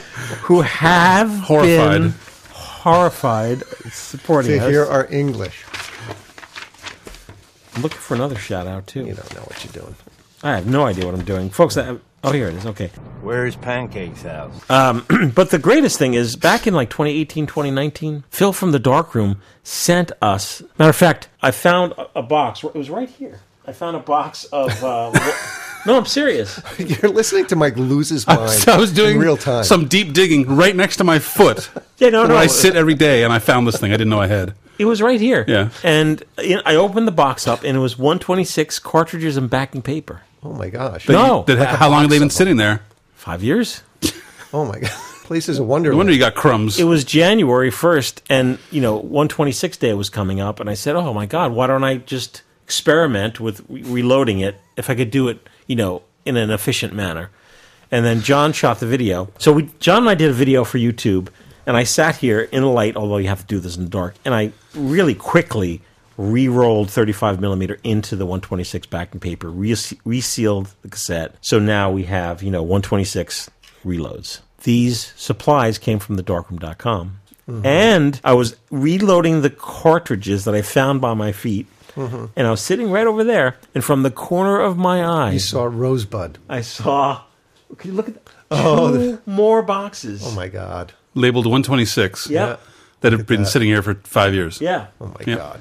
who have Horrified. been horrified supporting To us. hear our English. I'm looking for another shout out too. You don't know what you're doing. I have no idea what I'm doing, folks. I, Oh, here it is. Okay. Where's Pancake's house? Um, but the greatest thing is back in like 2018, 2019, Phil from the dark room sent us. Matter of fact, I found a, a box. It was right here. I found a box of. Uh, wo- no, I'm serious. You're listening to Mike lose his mind. I was, I was doing in real time. some deep digging right next to my foot. Yeah, no, where no. I sit every day, and I found this thing I didn't know I had. It was right here. Yeah. And you know, I opened the box up, and it was 126 cartridges and backing paper. Oh my gosh! But No. you- that- how long have they been sitting there? Five years. Oh my god! Place is a wonder. No wonder you got crumbs. It was January 1st, and, you know, 126 day was coming up, and I said, oh my God, why don't I just experiment with re- reloading it if I could do it, you know, in an efficient manner? And then John shot the video. So we, John and I did a video for YouTube, and I sat here in the light, although you have to do this in the dark, and I really quickly re-rolled 35 millimeter into the 126 backing paper, re- resealed the cassette. So now we have, you know, 126 reloads. These supplies came from the darkroom.com. And I was reloading the cartridges that I found by my feet. Mhm. And I was sitting right over there, and from the corner of my eye, You saw Rosebud. I saw. Could you look at the, Oh, two more boxes? Oh my god! labeled 126. Yeah. That had been sitting here for five years. Yeah. Oh my Yeah. god!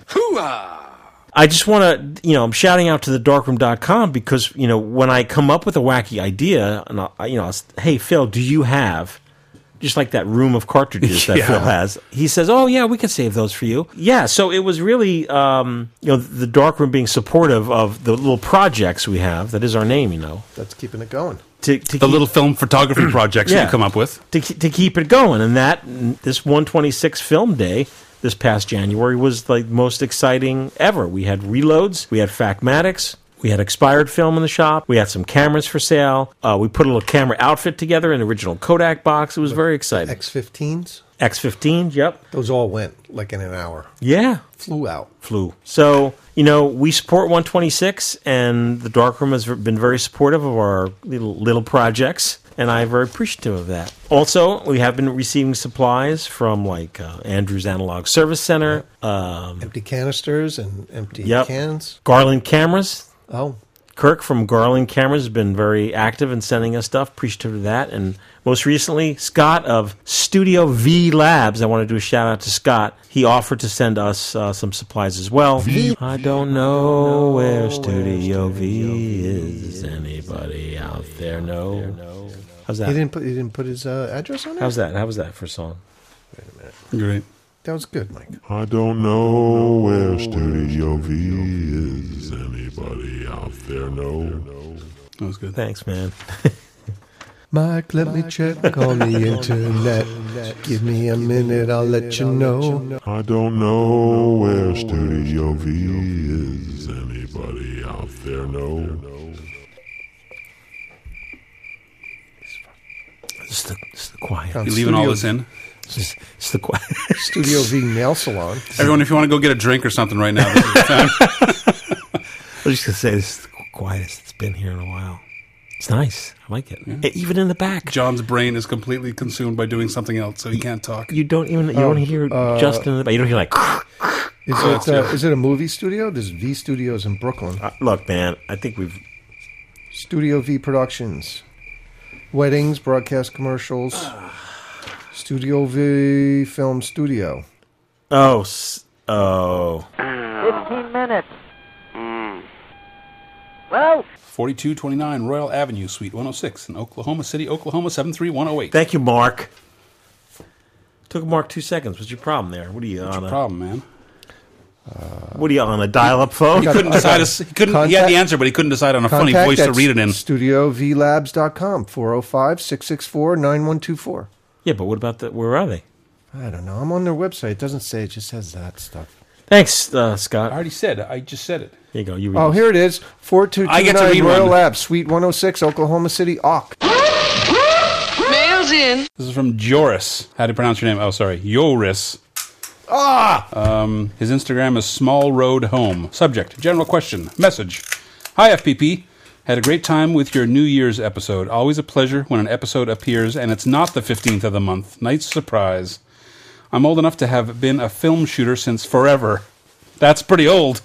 I just want to, you know, I'm shouting out to the darkroom.com because, you know, when I come up with a wacky idea, and I, you know, I'll, s- hey, Phil, do you have just like that room of cartridges that Yeah. Phil has? He says, oh, yeah, we can save those for you. Yeah. So it was really, um, you know, the darkroom being supportive of the little projects we have. That is our name, you know. That's keeping it going. To, to The keep- little film photography projects that Yeah. you come up with. to, ke- to keep it going. And that this 126 film day this past January was the most exciting ever. We had reloads, we had Factmatics. We had expired film in the shop. We had some cameras for sale. Uh, we put a little camera outfit together, an original Kodak box. It was very exciting. X15s. X15, yep. Those all went like in an hour. Yeah, Flew out. flew. So, you know, we support 126, and the Darkroom has been very supportive of our little, little projects, and I'm very appreciative of that. Also, we have been receiving supplies from like uh, Andrew's Analog Service Center, um, Empty canisters and empty Yep. cans. Garland Cameras. Oh, Kirk from Garland Cameras has been very active in sending us stuff. Appreciative of that. And most recently, Scott of Studio V Labs. I want to do a shout out to Scott. He offered to send us uh, some supplies as well. I don't know where Studio V is. Anybody out there know? How's he that? didn't put he didn't put his uh, address on it. How's that? How was that for a song? Great. That was good, Mike. I don't know where Studio V is. Anybody out there know? That was good. Thanks, man. Mike, let me check on the internet. Give me a minute, I'll let you know. I don't know where Studio V is. Anybody out there know? It's the, it's the quiet. You leaving all this in? Oh, It's, it's the quiet. Studio V Nail Salon. Everyone, if you want to go get a drink or something right now, this is the time. I was just gonna say this is the quietest it's been here in a while. It's nice. I like it. E, Even in the back. John's brain is completely consumed by doing something else, so he can't talk. You don't even you don't hear Justin. in the back. You don't hear like. Is it, uh, is it a movie studio? There's V Studios in Brooklyn. Uh, Look, man. I think we've. Studio V Productions. Weddings, broadcast commercials. Studio V Film Studio. Oh, s- oh. 15 minutes. Well, 4229 Royal Avenue, Suite 106 in Oklahoma City, Oklahoma 73108. Thank you, Mark. Took Mark two seconds. What's your problem there? What are you on? What's A, your problem, man? What are you on a dial-up phone? He couldn't decide. A, he couldn't. he had Contact- the answer, but he couldn't decide on a funny Contact voice to at read it in. StudioVLabs.com, 405 664 9124. yeah, but what about the? Where are they? I don't know. I'm on their website. It doesn't say, it just has that stuff. Thanks, uh, I Scott. already said. I just said it. Here you go. You. Read Oh, this. here it is. I get to 4229 read Royal one. Lab, Suite 106, Oklahoma City, Auk. Mail's in. This is from Joris. How do you pronounce your name? Oh, sorry, Joris. Ah. Um, his Instagram is Small Road Home. Subject: General question. Message: Hi FPP. Had a great time with your New Year's episode. Always a pleasure when an episode appears and it's not the 15th of the month. Nice surprise. I'm old enough to have been a film shooter since forever. That's pretty old.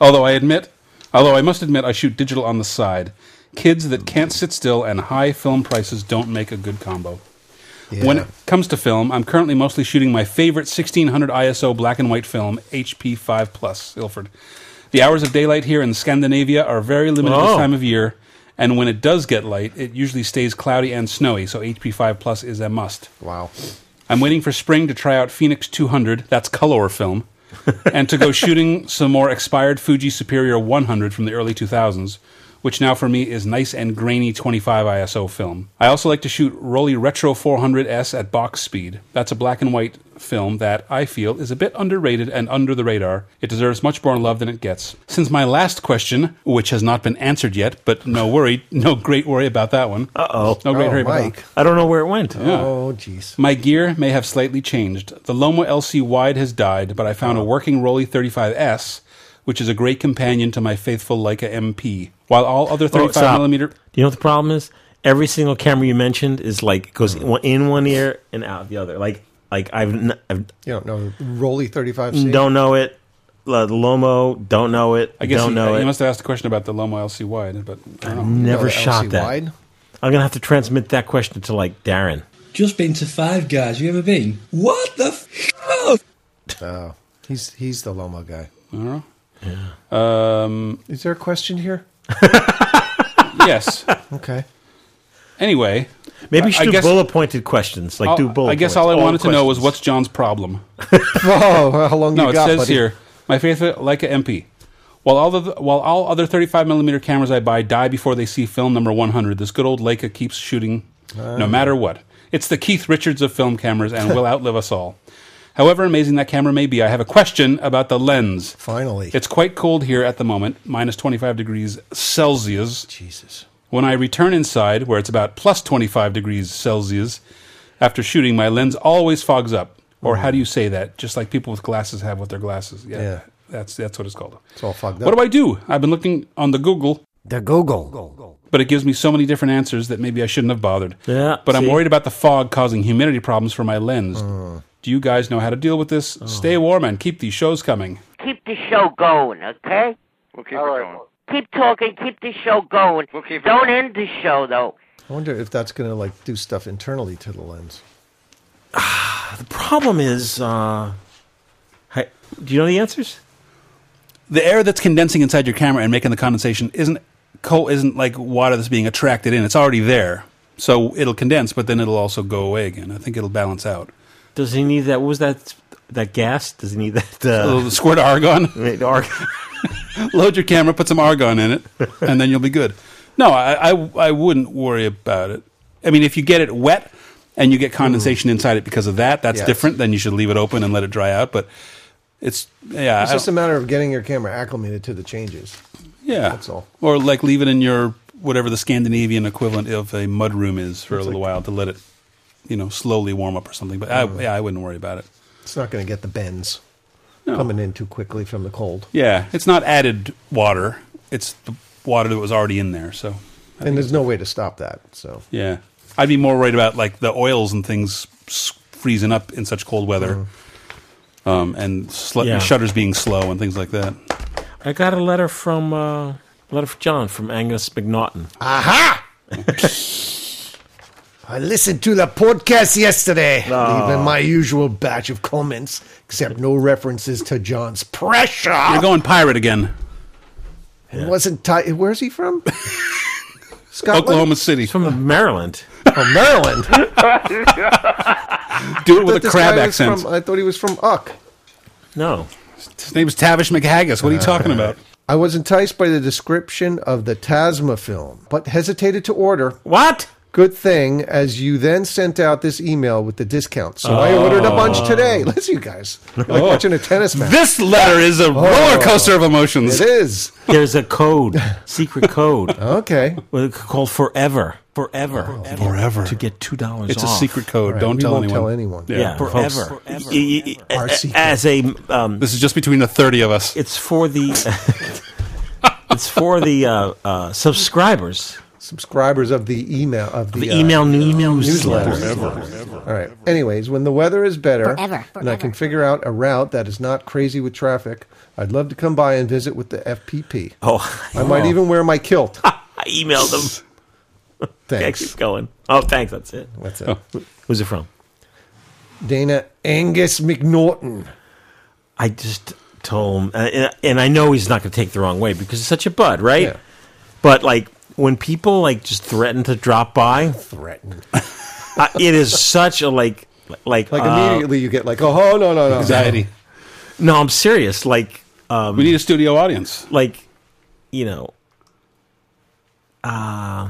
although I admit, although I must admit, I shoot digital on the side. kids that can't sit still and high film prices don't make a good combo. When it comes to film, I'm currently mostly shooting my favorite 1600 ISO black and white film, HP 5 Plus, Ilford. The hours of daylight here in Scandinavia are very limited Oh. this time of year, and when it does get light, it usually stays cloudy and snowy, so HP 5 Plus is a must. Wow. I'm waiting for spring to try out Phoenix 200, that's color film, and to go shooting some more expired Fuji Superior 100 from the early 2000s, which now for me is nice and grainy 25 ISO film. I also like to shoot Rolly Retro 400S at box speed. That's a black and white film that I feel is a bit underrated and under the radar. It deserves much more love than it gets. Since my last question, which has not been answered yet, but no worry, no great worry about that one. Uh oh. No great Oh, worry about that. Mike. I don't know where it went. Oh, jeez. My gear may have slightly changed. The Loma LC Wide has died, but I found a working Rolly 35S, which is a great companion to my faithful Leica MP. While all other 35 Oh, stop. millimeter, Do you know what the problem is? Every single camera you mentioned is like goes in one- in one ear and out the other. Like like I've, n- I've You don't know Rolly 35C. don't know it. La- Lomo don't know it. I guess don't you, know you it. Mm. must have asked a question about the Loma LC Wide, but I don't know. Never shot that. I'm gonna have to transmit that question to like Darren. Just been to Five Guys. You ever been? What the? F- Oh, he's he's the Loma guy. Um, Is there a question here? yes. Okay. Anyway, Maybe I- you should I do guess- bullet pointed questions. Like I'll- do bullet. I guess points. all I All wanted to know was questions. what's John's problem. Oh, how long no, you it got, says buddy? here, my uh, favorite Leica MP. While all the while all other 35 millimeter cameras I buy die before they see film number 100, this good old Leica keeps shooting, no Ah. matter what. It's the Keith Richards of film cameras and will outlive us all. However amazing that camera may be, I have a question about the lens. Finally. It's quite cold here at the moment, minus 25 degrees Celsius. Jesus. When I return inside, where it's about plus 25 degrees Celsius, after shooting, my lens always fogs up. Or how do you say that? Just like people with glasses have with their glasses. Yeah. Yeah. That's, that's what it's called. It's all fogged up. What do I do? I've been looking on the Google. The Google. But it gives me so many different answers that maybe I shouldn't have bothered. Yeah, But I'm see? worried about the fog causing humidity problems for my lens. Mm. Do you guys know how to deal with this? Oh. Stay warm and keep these shows coming. Keep the show going, okay? We'll keep it going. Keep talking, keep the show going. We'll keep it Don't going. end the show, though. I wonder if that's going to like do stuff internally to the lens. the problem is. Uh, hi- do you know the answers? the air that's condensing inside your camera and making the condensation isn't cold isn't like water that's being attracted in it's already there so it'll condense but then it'll also go away again i think it'll balance out Does he need that? What was that? That gas? Does he need that? Uh, So the squirt of argon Wait, the arg- load your camera put some argon in it and then you'll be good no I, I i wouldn't worry about it i mean if you get it wet and you get condensation inside it because of that that's Yes. different then you should leave it open and let it dry out but it's yeah it's I just don't- a matter of getting your camera acclimated to the changes. Yeah, that's all. Or like leave it in your whatever the Scandinavian equivalent of a mud room is for a It's little while to let it, you know, slowly warm up or something. But I, Mm. yeah, I wouldn't worry about it. It's not going to get the bends No. coming in too quickly from the cold. Yeah, it's not added water; it's the water that was already in there. So and there's no way to stop that. So yeah, I'd be more worried about like the oils and things s- freezing up in such cold weather, Mm-hmm. um, and sl- Yeah. shutters being slow and things like that. I got a letter from uh, a letter from John from Angus McNaughton. Aha! I listened to the podcast yesterday. Ah. leaving my usual batch of comments, except no references to John's pressure. You're going pirate again, It wasn't. Ty- Where's he from? Scotland? Oklahoma City. from Maryland. Oh, Maryland. Do it with I a thought this crab guy was accent. From, uh, I thought he was from Uck. No. His name is Tavish McHaggis. What are you talking about? I was enticed by the description of the Tasma film, but hesitated to order. What? Good thing, as you then sent out this email with the discount. So I ordered a Oh. bunch today. Listen, you guys. Like Oh. watching a tennis match. This letter is a roller coaster of emotions. Oh. It is. There's a code, secret code. okay. Called forever. Forever. Forever. To get two dollars. It's a secret code. All right, Don't we tell won't anyone. tell anyone. Yeah, forever. folks. Y- y- y- a- As a, um, this is just between the thirty of us. It's for the. it's for the uh, uh, subscribers. Subscribers of the email of the, uh, The email new email newsletter. All right. Anyways, when the weather is better Forever, and I can figure out a route that is not crazy with traffic, I'd love to come by and visit with the FPP. Oh, I might Oh. even wear my kilt. I emailed them. Okay, Thanks. keep going. Oh, thanks. That's it. That's it. Who's it from? Dana Angus McNaughton. I just told him, and, and I know he's not going to take the wrong way because he's such a bud, right? But like when people like just threaten to drop by, threaten. uh, it is such a like, like, Like uh, immediately you get like, oh no no no Anxiety. No, I'm serious. Like, um, we need a studio audience. Like, you know, uh,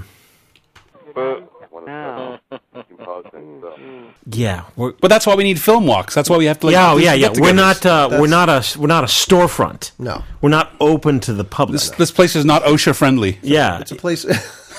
yeah. But that's why we need film walks. That's why we have to. Like, yeah, oh, do yeah, yeah. We're get-togethers. not, uh, we're not a, we're not a storefront. No, we're not open to the public. This, this place is not OSHA friendly. yeah, It's a place.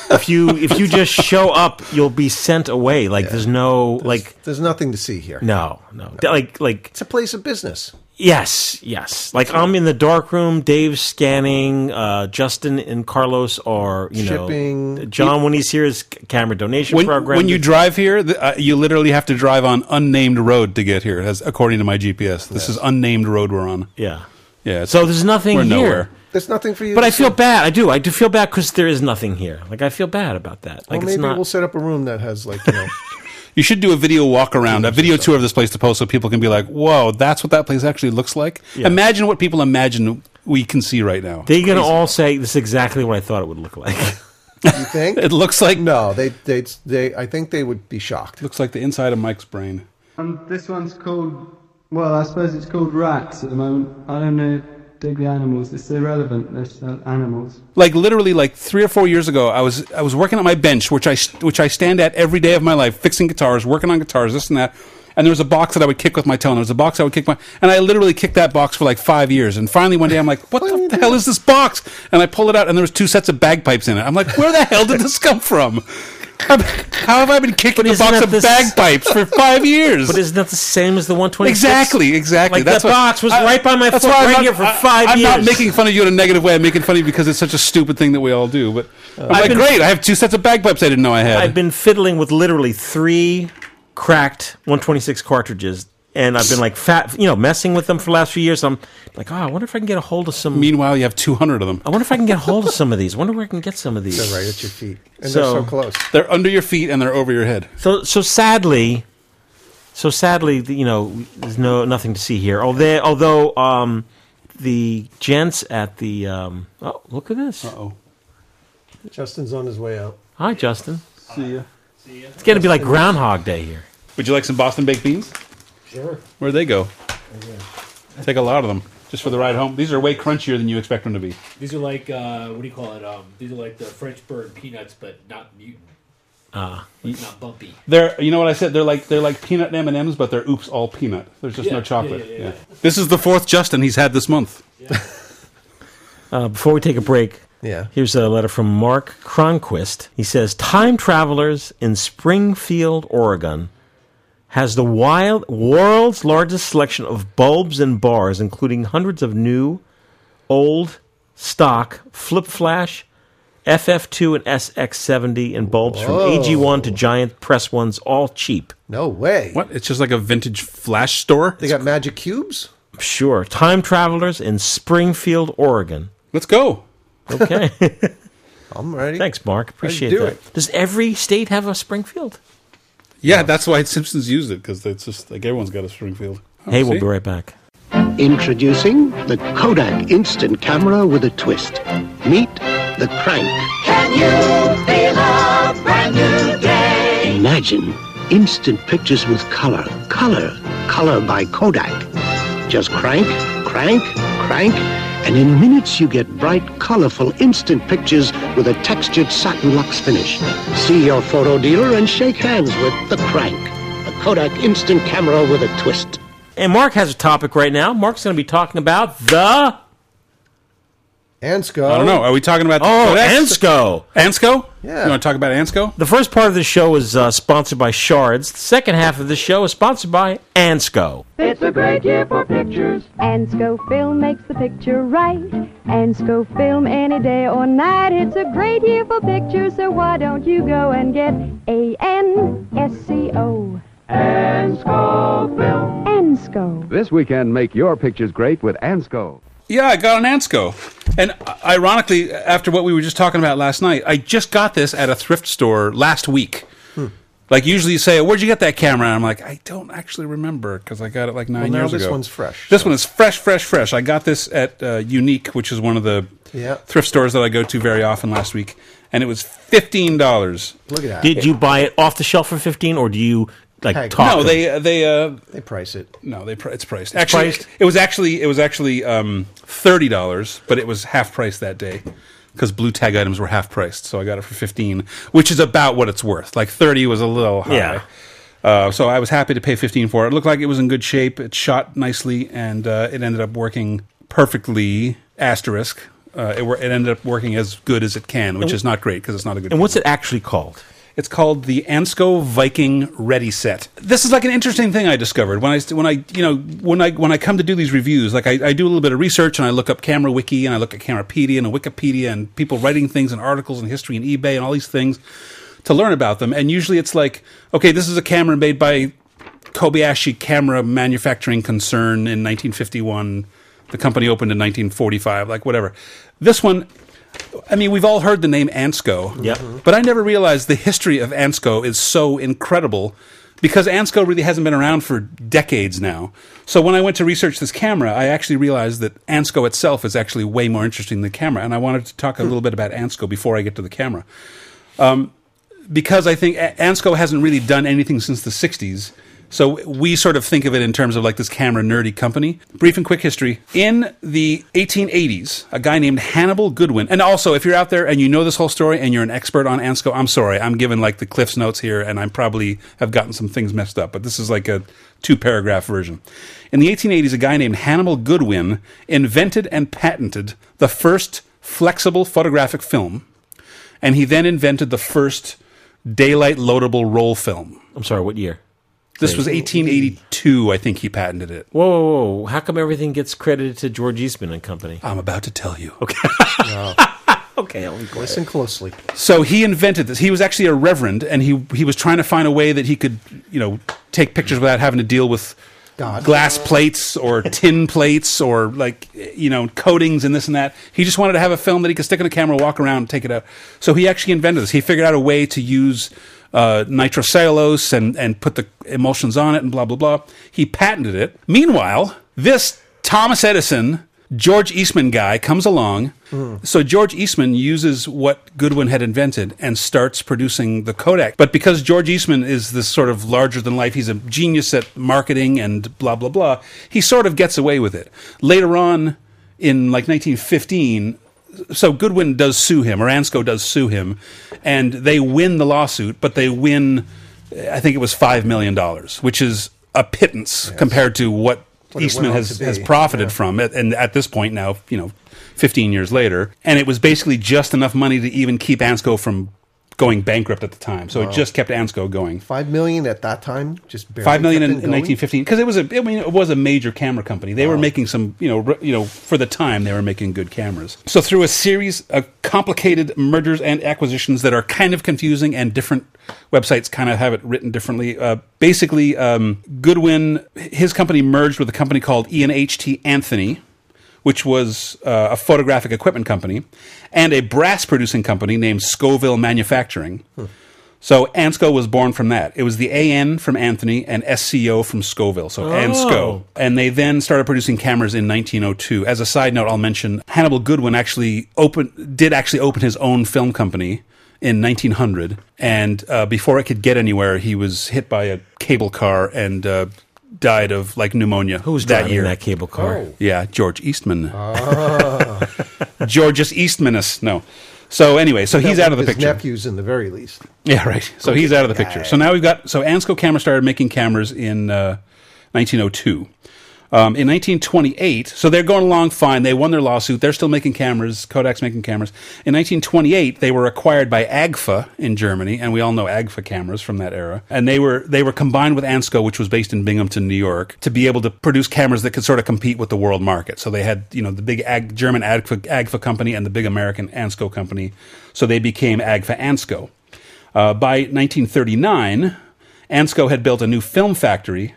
if you if you just show up, you'll be sent away. Like there's no like There's nothing to see here. no no like like It's a place of business. yes yes like I'm in the dark room. Dave's scanning. Uh, Justin and Carlos are you know Shipping. John when he's here is camera donation When, program. when you drive here, th- uh, you literally have to drive on unnamed road to get here. As according to my GPS, this is unnamed road we're on. yeah Yeah. it's- so there's nothing we're here. nowhere. There's nothing for you. But to I feel see. bad. I do. I do feel bad because there is nothing here. Like I feel bad about that. Like well, it's maybe not. we'll set up a room that has like you know. You should do a video walk around, a uh, video tour of this place to post, so people can be like, "Whoa, that's what that place actually looks like." Yeah. Imagine what people imagine we can see right now. They're gonna all say this is exactly what I thought it would look like. you think it looks like no. They they they. I think they would be shocked. looks like the inside of Mike's brain. Um, this one's called. Well, I suppose it's called rats at the moment. I don't know. Dig the animals. It's irrelevant. uh, They're still animals. like literally like three or four years ago i was i was working at my bench which i which i stand at every day of my life fixing guitars working on guitars this and that and there was a box that i would kick with my toe and there was a box i would kick my and i literally kicked that box for like five years and finally one day i'm like what the, hell is this box and i pull it out and there was two sets of bagpipes in it i'm like where the hell did this come from I'm- how have i been kicking a isn't box that of this- bagpipes for five years But isn't that the same as the 126? Exactly, exactly. Like the what- box was I- right by my foot, that's why I'm right not- here for I- five I'm years. not making fun of you in a negative way. I'm making fun of you because it's such a stupid thing that we all do. But I'm I've like, been- great, I have two sets of bagpipes I didn't know I had. I've been fiddling with literally three cracked 126 cartridges, and I've been like fat, you know, messing with them for the last few years. I'm like, oh, I wonder if I can get a hold of some. Meanwhile, you have 200 of them. I wonder if I can get a hold of some of these. I wonder where I can get some of these. They're right at your feet, and So- they're so close. They're under your feet and they're over your head. So so sadly, so sadly, the- you know, there's no nothing to see here. Although although um, the gents at the um, oh look at this. Uh-oh. Justin's on his way out. Hi Justin. See ya. It's gonna be like Groundhog Day here. Would you like some Boston baked beans? Sure. Where'd they go? Take a lot of them just for the ride home. These are way crunchier than you expect them to be. These are like uh, what do you call it? Um, these are like the French bird peanuts, but not mutant, Ah. like not bumpy. They're, you know what I said? They're like they're like peanut M and M's, but they're oops all peanut. There's just Yeah, no yeah, chocolate. yeah, yeah, yeah. This is the fourth Justin he's had this month. Uh, before we take a break, Yeah. here's a letter from Mark Cronquist. He says, "Time travelers in Springfield, Oregon." Has the wild world's largest selection of bulbs and bars, including hundreds of new, old stock flip flash, FF2 and SX70, and bulbs Whoa. from AG1 to giant press ones, all cheap. No way. What? It's just like a vintage flash store. They got magic cubes. Sure, time travelers in Springfield, Oregon. Let's go. Okay, I'm ready. thanks, Mark. Appreciate do that. it. Does every state have a Springfield? Yeah, that's why Simpsons used it because it's just like everyone's got a Springfield. Oh, hey, we'll see? be right back. Introducing the Kodak instant camera with a twist. Meet the crank. Imagine instant pictures with color, color, color by Kodak. Just crank, crank, crank, and in minutes you get bright, colorful instant pictures with a textured satin luxe finish. See your photo dealer and shake hands with the crank, the Kodak instant camera with a twist. And Mark has a topic right now. Mark's going to be talking about the Ansco. I don't know. Are we talking about oh Kodaks? Ansco. Ansco? Yeah. You want to talk about Ansco? The first part of the show is uh, sponsored by Shards. The second half of the show is sponsored by Ansco. It's a great year for pictures. Ansco Film makes the picture right. Ansco Film any day or night. It's a great year for pictures, so why don't you go and get A N S C O? Ansco Film. Ansco. This weekend, make your pictures great with Ansco. Yeah, I got an Ansco. And uh, ironically, after what we were just talking about last night, I just got this at a thrift store last week. Hmm. Like usually you say, "Where'd you get that camera?" And I'm like, "I don't actually remember because I got it like nine now years this ago." one's fresh, This one is fresh, fresh, fresh. I got this at uh, Unique, which is one of the Yeah. thrift stores that I go to very often. Last week, and it was fifteen dollars. Look at that. Did you buy it off the shelf for fifteen, or do you like Tag. talk? No, them? Oh, they they uh, they price it. No, they pri- it's priced. It's actually, priced? it was actually it was actually um, thirty dollars, but it was half price that day because blue tag items were half priced. So I got it for fifteen, which is about what it's worth. Like thirty was a little high. Yeah. Uh, so I was happy to pay fifteen for it. It looked like it was in good shape. It shot nicely, and uh, it ended up working perfectly. Asterisk. Uh, it, wor- it ended up working as good as it can, which And- is not great because it's not a good. And what's it actually called? It's called the Ansco Viking Ready Set. This is like an interesting thing I discovered when I when I you know when I when I come to do these reviews. Like I, I do a little bit of research and I look up Camera Wiki and I look at Camerapedia and Wikipedia and people writing things and articles and history and eBay and all these things to learn about them. And usually it's like, okay, this is a camera made by Kobayashi Camera Manufacturing Concern in 1951. The company opened in 1945, like whatever. This one, I mean, we've all heard the name Ansco. Yep. Mhm. But I never realized the history of Ansco is so incredible because Ansco really hasn't been around for decades now. So when I went to research this camera, I actually realized that Ansco itself is actually way more interesting than the camera. And I wanted to talk a little bit about Ansco before I get to the camera. Um, because I think A- Ansco hasn't really done anything since the 60s. So we sort of think of it in terms of like this camera nerdy company. Brief and quick history. In the 1880s, a guy named Hannibal Goodwin, and also if you're out there and you know this whole story and you're an expert on Ansco, I'm sorry, I'm giving like the Cliff's notes here and I'm probably have gotten some things messed up, but this is like a two paragraph version. In the 1880s, a guy named Hannibal Goodwin invented and patented the first flexible photographic film and he then invented the first daylight loadable roll film. I'm sorry, what year? This was 1882, I think he patented it. Whoa, whoa, whoa! How come everything gets credited to George Eastman and Company? I'm about to tell you. Okay. Okay, Listen closely. So he invented this. He was actually a reverend, and he he was trying to find a way that he could, you know, take pictures without having to deal with God. glass plates or tin plates or like you know coatings and this and that. He just wanted to have a film that he could stick on a camera, walk around, and take it out. So he actually invented this. He figured out a way to use uh, nitrocellulose and and put the emulsions on it and blah blah blah. He patented it. Meanwhile, this Thomas Edison. George Eastman guy comes along. Hmm. So George Eastman uses what Goodwin had invented and starts producing the Kodak. But because George Eastman is this sort of larger than life, he's a genius at marketing and blah blah blah. He sort of gets away with it. Later on in like 1915, so Goodwin does sue him, or Ansco does sue him, and they win the lawsuit, but they win I think it was 5 million dollars, which is a pittance compared to what, What it Eastman went on has, to be. has profited from it, and at this point now, you know, 15 years later, and it was basically just enough money to even keep Ansco from going bankrupt at the time. So Wow. it just kept Ansco going. Five million at that time, just barely Five million in, kept it in going? 1915 because it was a I mean it was a major camera company. They were making some you know re, you know for the time they were making good cameras. So through a series of complicated mergers and acquisitions that are kind of confusing and different websites kind of have it written differently. Uh, basically, um, Goodwin his company merged with a company called E and H T Anthony. Which was uh, a photographic equipment company and a brass producing company named Scoville Manufacturing. Hmm. So Ansco was born from that. It was the AN from Anthony and SCO from Scoville. So Oh. Ansco. And they then started producing cameras in 1902. As a side note, I'll mention Hannibal Goodwin actually open did actually open his own film company in 1900. And uh, before it could get anywhere, he was hit by a cable car and uh, died of like pneumonia. Who was that driving year? that cable car? Oh. Yeah, George Eastman. Ah. Georgeus Eastmanus. No. So anyway, so That he's one out of the his picture. Nephews, in the very least. Yeah, right. So he's out of the picture. So now we've got so Ansco Camera started making cameras in uh, 1902. Um, in 1928, so they're going along fine. They won their lawsuit. They're still making cameras. Kodak's making cameras. In 1928, they were acquired by Agfa in Germany, and we all know Agfa cameras from that era. And they were they were combined with Ansco, which was based in Binghamton, New York, to be able to produce cameras that could sort of compete with the world market. So they had you know the big Ag, German Agfa, Agfa company and the big American Ansco company. So they became Agfa Ansco. Uh, by 1939, Ansco had built a new film factory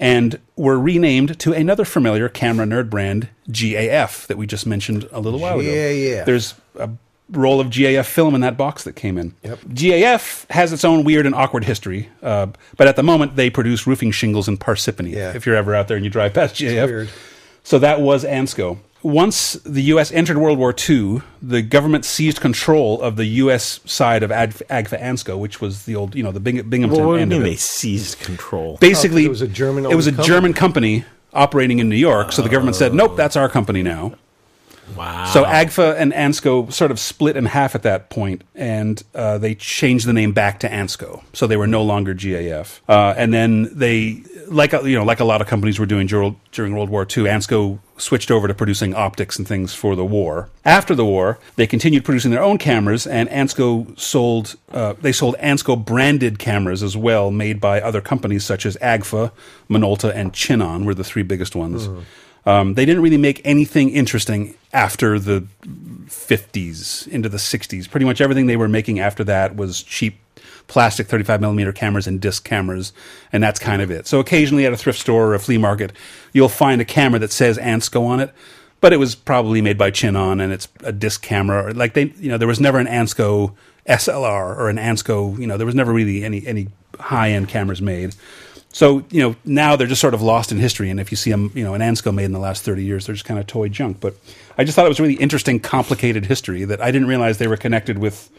and were renamed to another familiar camera nerd brand, GAF, that we just mentioned a little while ago. GAF. There's a roll of GAF film in that box that came in. Yep. GAF has its own weird and awkward history, uh, but at the moment they produce roofing shingles and Parsippany. If you're ever out there and you drive past GAF, so that was ANSCO. Once the U.S. entered World War II, the government seized control of the U.S. side of Ag- AGFA ANSCO, which was the old, you know, the Bing- Binghamton. Well, what do you end of mean Oh, it. they seized control? Basically, it was a German. It was a German company operating in New York, so the government said, "Nope, that's our company now." Wow. So AGFA and ANSCO sort of split in half at that point, and uh, they changed the name back to ANSCO. So they were no longer GAF. Uh, and then they, like uh, you know, like a lot of companies were doing during, during World War II, ANSCO switched over to producing optics and things for the war. After the war, they continued producing their own cameras, and ANSCO sold. Uh, they sold ANSCO branded cameras as well, made by other companies such as AGFA, Minolta, and Chinon were the three biggest ones. Um, they didn't really make anything interesting after the 50s into the 60s. Pretty much everything they were making after that was cheap plastic 35 millimeter cameras and disc cameras, and that's kind of it. So occasionally at a thrift store or a flea market, you'll find a camera that says Ansco on it, but it was probably made by Chinon and it's a disc camera. Or like they, you know, there was never an Ansco SLR or an Ansco. You know, there was never really any any high end cameras made. So you know now they're just sort of lost in history, and if you see them, you know, an Ansco made in the last thirty years, they're just kind of toy junk. But I just thought it was really interesting, complicated history that I didn't realize they were connected with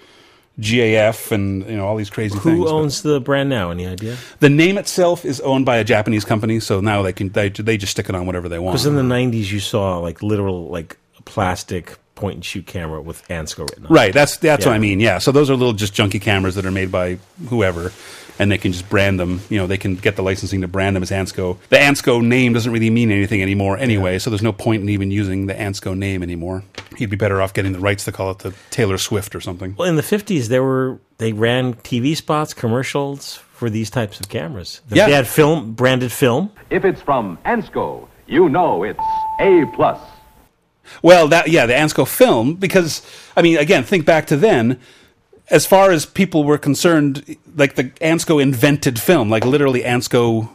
GAF and you know all these crazy things. Who but- owns the brand now? Any idea? the name itself is owned by a Japanese company, so now they can they, they just stick it on whatever they want. Because in the '90s, you saw like literal like a plastic point and shoot camera with Ansco written on. right, that's that's what Yeah. I mean. Yeah, so those are little just junky cameras that are made by whoever, and they can just brand them. You know, they can get the licensing to brand them as Ansco. The Ansco name doesn't really mean anything anymore, anyway. So there's no point in even using the Ansco name anymore. He'd be better off getting the rights to call it the Taylor Swift or something. Well, in the '50s, there were they ran TV spots, commercials for these types of cameras. They Yeah. had film branded film. If it's from Ansco, you know it's A plus. Well, that yeah, the Ansco film because I mean, again, think back to then. As far as people were concerned, like the Ansco invented film, like literally Ansco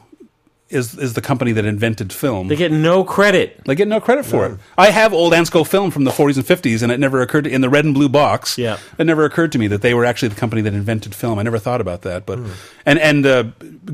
is is the company that invented film. They get no credit. They get no credit for No. it. I have old Ansco film from the 40s and 50s, and it never occurred in the red and blue box. Yeah. it never occurred to me that they were actually the company that invented film. I never thought about that, but and and uh,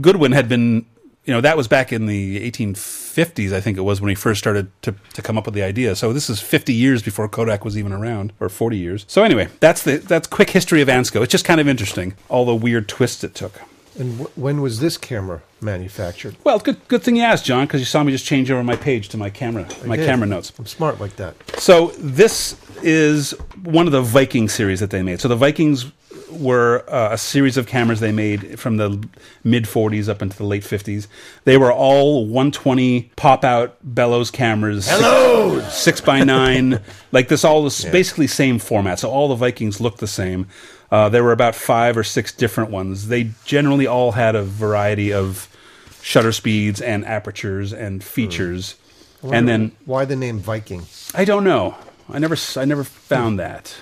Goodwin had been you know that was back in the 1850s i think it was when he first started to, to come up with the idea so this is 50 years before kodak was even around or 40 years so anyway that's the that's quick history of ansco it's just kind of interesting all the weird twists it took And wh- when was this camera manufactured? well it's good good thing you asked john because you saw me just change over my page to my camera my did. camera notes I'm smart like that. So this is one of the Viking series that they made. So the Vikings were uh, a series of cameras they made from the mid 40s up into the late 50s. They were all 120 pop out bellows cameras. Hello! Six by nine. like this all was basically same format. So all the Vikings looked the same. Uh, there were about five or six different ones. They generally all had a variety of shutter speeds and apertures and features. I And wonder then why the name Viking? I don't know. I never, s- I never found that.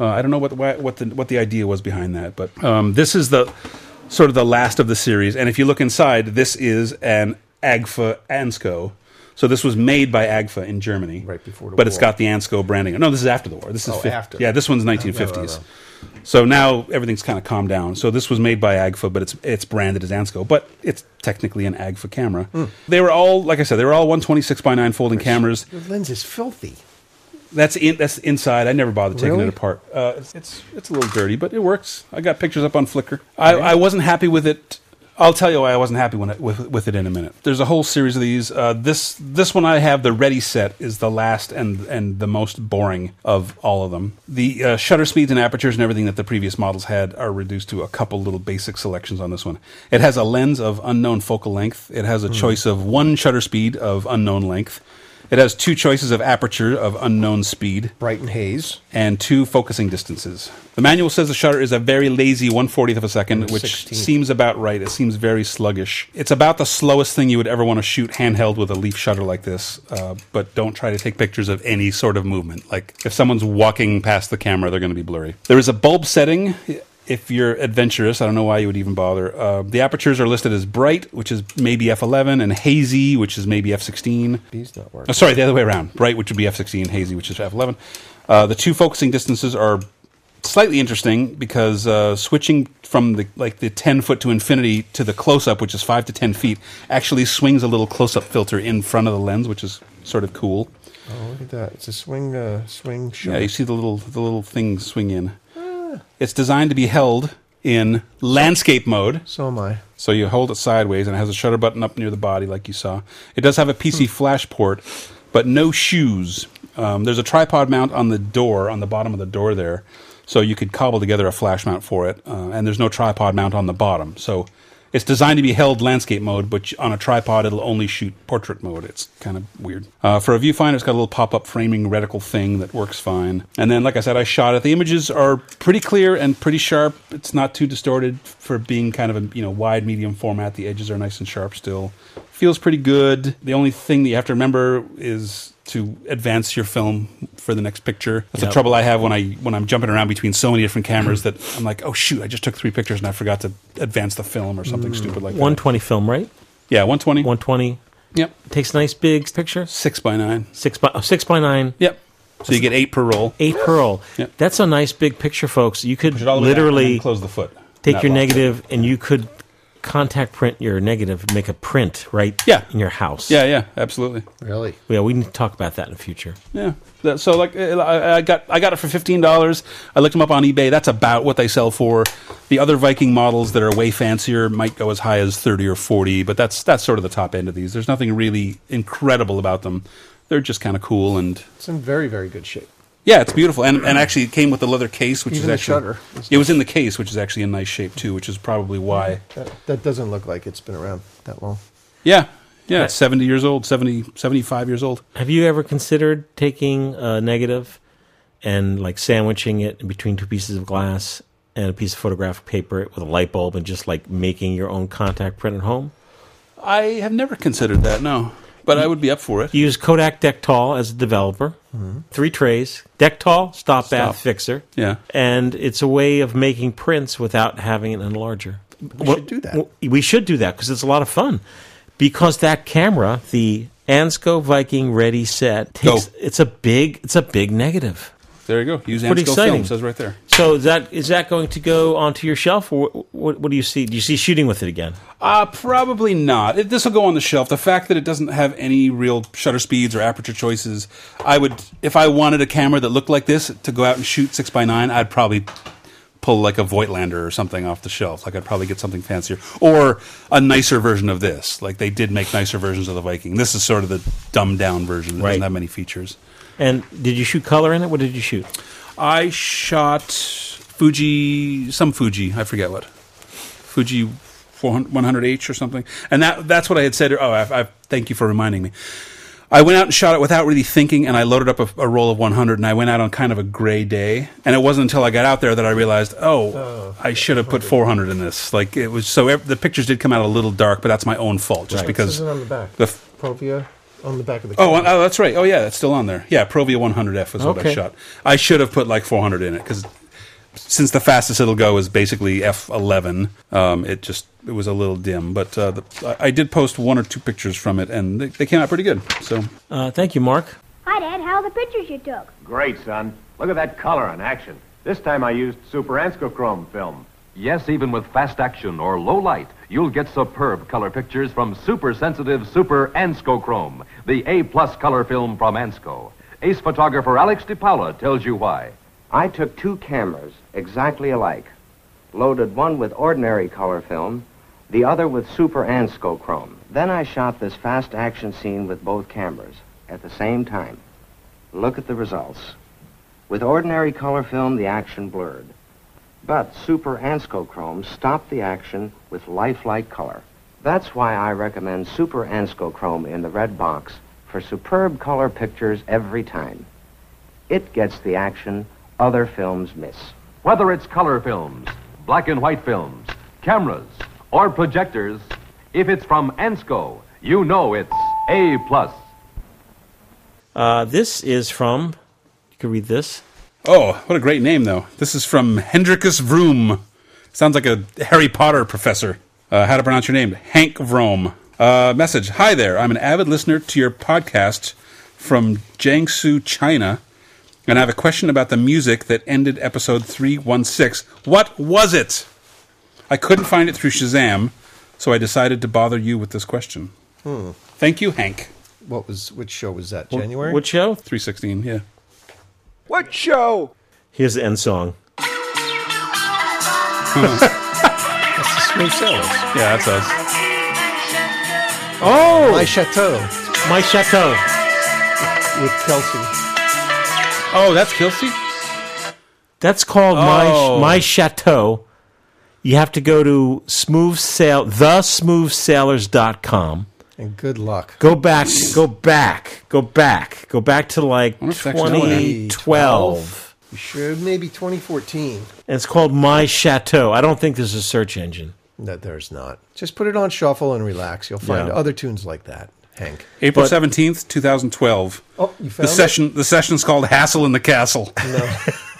Uh, I don't know what why, what the what the idea was behind that, but um, this is the sort of the last of the series. And if you look inside, this is an Agfa Ansco. So this was made by Agfa in Germany, right before, the but it's war. got the Ansco branding. No, this is after the war. This is Oh, fif- after. Yeah, this one's No, no, 1950s. no, So now everything's kind of calmed down. So this was made by Agfa, but it's it's branded as Ansco, but it's technically an Agfa camera. They were all, like I said, they were all 126 by 9 folding cameras. Your lens is filthy. That's in, that's inside. I never bothered taking Really? it apart. Uh, it's, it's it's a little dirty, but it works. I got pictures up on Flickr. I, I wasn't happy with it. I'll tell you why I wasn't happy when it, with with it in a minute. There's a whole series of these. Uh, this this one I have the ready set is the last and and the most boring of all of them. The uh, shutter speeds and apertures and everything that the previous models had are reduced to a couple little basic selections on this one. It has a lens of unknown focal length. It has a Hmm. choice of one shutter speed of unknown length. It has two choices of aperture of unknown speed, bright and haze, and two focusing distances. The manual says the shutter is a very lazy 140th of a second, which 16th. seems about right. It seems very sluggish. It's about the slowest thing you would ever want to shoot handheld with a leaf shutter like this, uh, but don't try to take pictures of any sort of movement. Like if someone's walking past the camera, they're going to be blurry. There is a bulb setting if you're adventurous, I don't know why you would even bother. Uh, the apertures are listed as bright, which is maybe f11, and hazy, which is maybe f16. These not working. Oh, sorry, the other way around. Bright, which would be f16, hazy, which is f11. Uh, the two focusing distances are slightly interesting because uh, switching from the like the 10 foot to infinity to the close up, which is five to 10 feet, actually swings a little close up filter in front of the lens, which is sort of cool. Oh, look at that! It's a swing, uh, swing shot. Yeah, you see the little the little thing swing in. It's designed to be held in landscape mode. So am I. So you hold it sideways, and it has a shutter button up near the body, like you saw. It does have a PC flash port, but no shoes. Um, there's a tripod mount on the door, on the bottom of the door there, so you could cobble together a flash mount for it. Uh, and there's no tripod mount on the bottom, so it's designed to be held landscape mode, but on a tripod, it'll only shoot portrait mode. It's kind of weird. Uh, for a viewfinder, it's got a little pop up framing reticle thing that works fine. And then, like I said, I shot it. The images are pretty clear and pretty sharp. It's not too distorted for being kind of a you know wide medium format. The edges are nice and sharp still. Feels pretty good. The only thing that you have to remember is to advance your film for the next picture. That's Yep. the trouble I have when I when I'm jumping around between so many different cameras that I'm like, oh shoot, I just took three pictures and I forgot to advance the film or something Mm. stupid like that. 120 film, right? Yeah, 120. 120. Yep. Takes a nice big picture. Six by nine. Six by, oh, six by nine. Yep. So you get eight per roll. Eight per roll. That's a nice big picture, folks. You could all the way down and literally then close the foot. Take Not your lock it. negative, and you could contact print your negative, make a print right Yeah. in your house. Yeah, yeah, absolutely. Really? Yeah, we need to talk about that in the future. Yeah. That- So like, uh, I I got I got it for fifteen dollars. I looked them up on eBay. That's about what they sell for. The other Viking models that are way fancier might go as high as thirty or forty, but that's that's sort of the top end of these. There's nothing really incredible about them. They're just kind of cool and It's in very, very good shape. yeah, it's beautiful. And and actually, it came with the leather case, which Even is the actually shutter is it was in the case, which is actually in nice shape too, which is probably why. That, that doesn't look like it's been around that long. Yeah, yeah, it's seventy years old, 70, 75 years old. Have you ever considered taking a negative and like sandwiching it in between two pieces of glass and a piece of photographic paper with a light bulb and just like making your own contact print at home? I have never considered that. No, but I would be up for it. Use Kodak Dectol as a developer. Three trays, Dectol, Mm-hmm. stop, bath fixer. Yeah. And it's a way of making prints without having an enlarger. We should do that. We should do that because it's a lot of fun. Because that camera, the Ansco Viking Ready Set, takes, it's a big it's a big negative. There you go. Use Pretty Amsco exciting. film. Says right there. So is that is that going to go onto your shelf, or what, what, what do you see? Do you see shooting with it again? Uh, probably not. This will go on the shelf. The fact that it doesn't have any real shutter speeds or aperture choices, I would, if I wanted a camera that looked like this to go out and shoot 6x9, I'd probably pull like a Voigtlander or something off the shelf. Like I'd probably get something fancier. Or a nicer version of this. Like they did make nicer versions of the Viking. This is sort of the dumbed down version. It doesn't Right. have many features. And did you shoot color in it? What did you shoot? I shot Fuji, some Fuji, I forget what, Fuji 400 100H or something, and that that's what I had said. Oh, I, I, thank you for reminding me. I went out and shot it without really thinking, and I loaded up a, a roll of 100, and I went out on kind of a gray day, and it wasn't until I got out there that I realized, oh, I should have put 400 in this. Like it was so ev- the pictures did come out a little dark, but that's my own fault, just Right. It because says it on the back. the f- Provia on the back of the. Oh, camera. oh, that's right. Oh, yeah, that's still on there. Yeah, Provia 100F is what I Okay. shot. I should have put like 400 in it because since the fastest it'll go is basically F11, um, it just it was a little dim. But uh, the, I I did post one or two pictures from it, and they, they came out pretty good. So Uh, thank you, Mark. Hi, Dad. How are the pictures you took? Great, son. Look at that color in action. This time I used Super Anscochrome film. Yes, even with fast action or low light, you'll get superb color pictures from super sensitive Super Anscochrome, the A plus color film from Ansco. Ace photographer Alex DePaula tells you why. I took two cameras exactly alike, loaded one with ordinary color film, the other with super anscochrome. Then I shot this fast action scene with both cameras at the same time. Look at the results. With ordinary color film, the action blurred. But super anscochrome stopped the action with lifelike color. That's why I recommend super anscochrome in the red box for superb color pictures every time. It gets the action other films miss. Whether it's color films, black and white films, cameras, or projectors, if it's from Ansco, you know it's A plus. Uh, this is from. You can read this. Oh, what a great name, though. This is from Hendrikus Vroom. Sounds like a Harry Potter professor. Uh, how to pronounce your name? Hank Vrome. Uh, message Hi there. I'm an avid listener to your podcast from Jiangsu, China, and I have a question about the music that ended episode 316. What was it? I couldn't find it through Shazam, so I decided to bother you with this question. Hmm. Thank you, Hank. What was which show was that? Wh- January. what show? 316, yeah. What show? Here's the end song. That's the smooth cellos. Yeah, that's us. Oh, my chateau My Chateau with Kelsey. Oh, that's Kelsey? That's called Oh. my my chateau. You have to go to smooth sail thesmoothsailors.com. And good luck. Go back, go back, go back, go back to like actually on there. 2012. You sure? Maybe 2014. And it's called My Chateau. I don't think there's a search engine. No, there's not. Just put it on shuffle and relax. You'll find Yeah. other tunes like that, Hank. April But- seventeenth, two thousand twelve. Oh, you found the it? session. The session's called "Hassle in the Castle."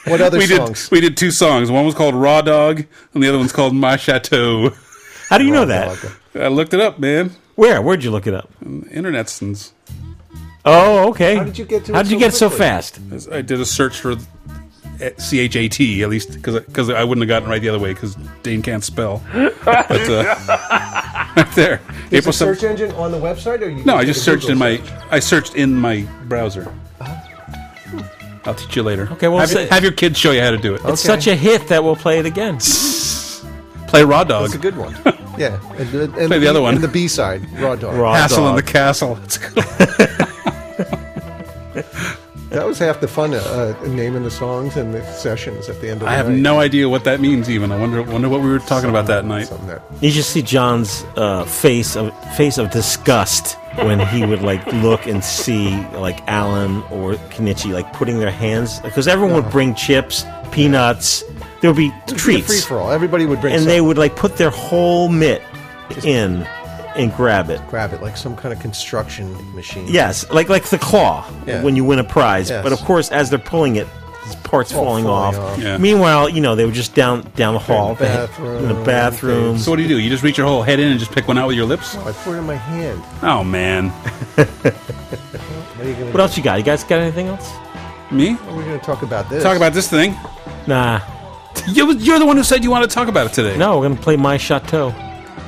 What other we songs? Did, we did two songs. One was called "Raw Dog," and the other one's called "My Chateau." How do Oh, Oh, you know that? I looked it up, man. Where? Where'd you look it up? Internetsons. Oh, okay. How did you get to How it did so you get so quickly? fast? I did a search for C H A T at least because because I wouldn't have gotten it right the other way because Dane can't spell. But uh, right there, Is the sev- search engine on the website, or you? No, did I a just searched Google in my search? I searched in my browser. Uh-huh. I'll teach you later. Okay, well, have, say- your- have your kids show you how to do it. It's such a hit that we'll play it again. play Raw Dog. That's a good one. Yeah, and, and- and Play the other one. And the B side, Raw Dog. Hassle in the castle. It's good. That was half the fun, uh, uh, naming the songs and the sessions at the end of the I have night. no idea what that means. Even I wonder wonder what we were talking about that night. You should see John's uh, face of face of disgust when he would like look and see like Alan or Kenichi like putting their hands because everyone Uh-huh. would bring chips, peanuts. There would be treats, free for all. Everybody would bring and they something. would like put their whole mitt in and grab it. grab it like some kind of construction machine. Yes, like like the claw Yeah. when you win a prize. Yes. But of course, as they're pulling it, there's parts All falling, falling off. off. Yeah. Meanwhile, you know they were just down down the hall, the they- in the bathroom. bathroom. So what do you do? You just reach your whole head in and just pick one out with your lips? I put it in my hand. Oh man. What are you gonna What else you got? You guys got anything else? Me? do? We're going to talk about this. Talk about this thing. Nah. You, you're the one who said you wanted to talk about it today. No, we're gonna play My Chateau.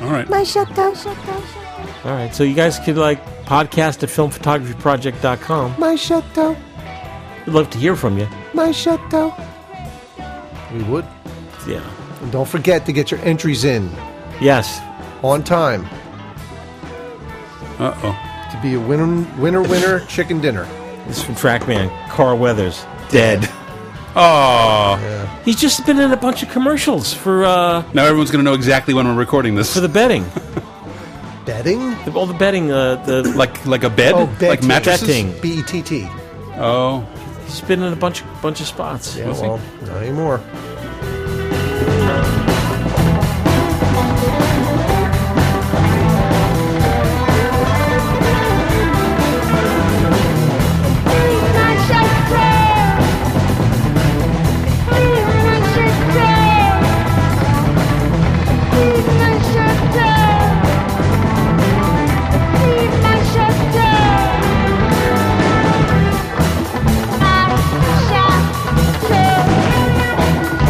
All right. My chateau, chateau, All right. So you guys could like podcast at filmphotographyproject.com. my chateau, We'd love to hear from you. my chateau. We would. Yeah. And don't forget to get your entries in Yes. on time Uh oh. to be a winner, winner, winner chicken dinner. This is from Trackman. Carl Weathers. Dead. Oh. He's just been in a bunch of commercials for uh Now everyone's going to know exactly when we're recording this. for the betting. Betting? The- All the betting, uh, the Like like a bed, Oh, like betting. mattresses. betting. B E T T. Oh. He's been in a bunch, bunch of spots. Yeah, Was he? well, not anymore. My chateau.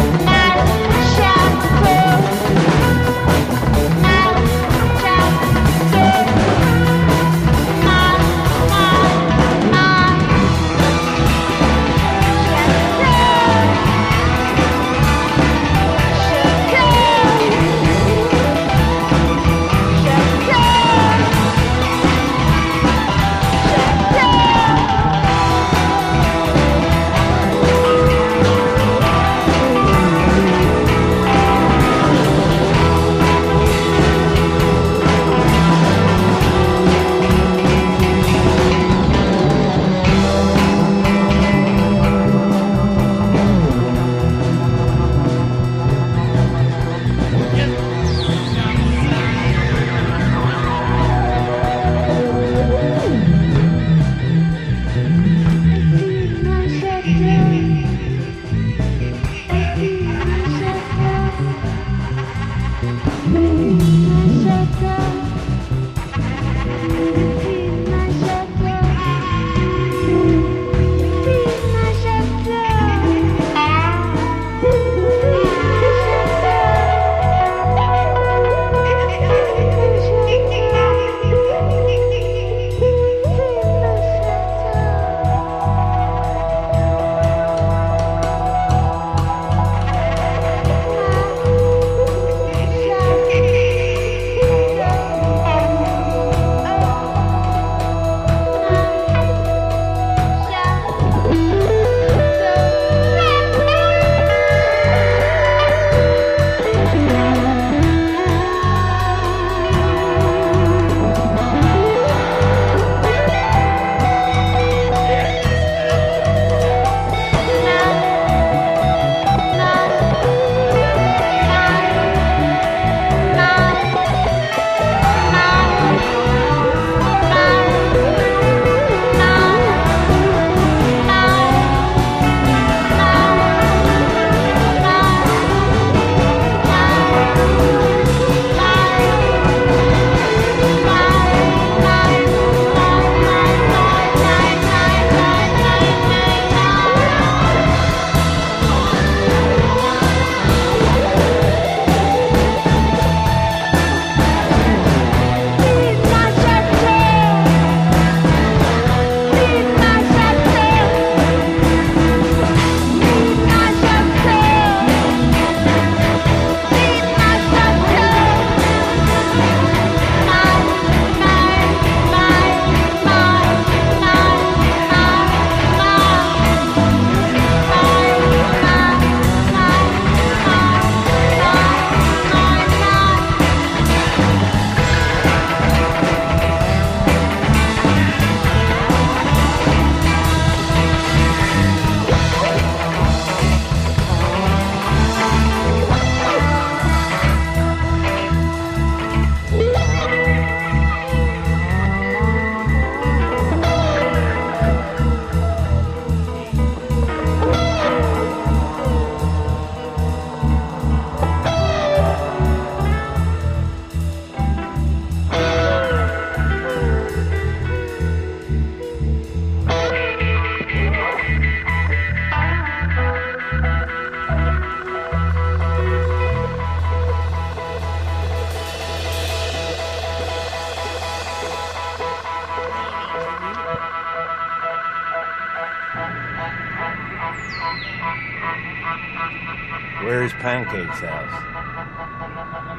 Where's Pancake's house?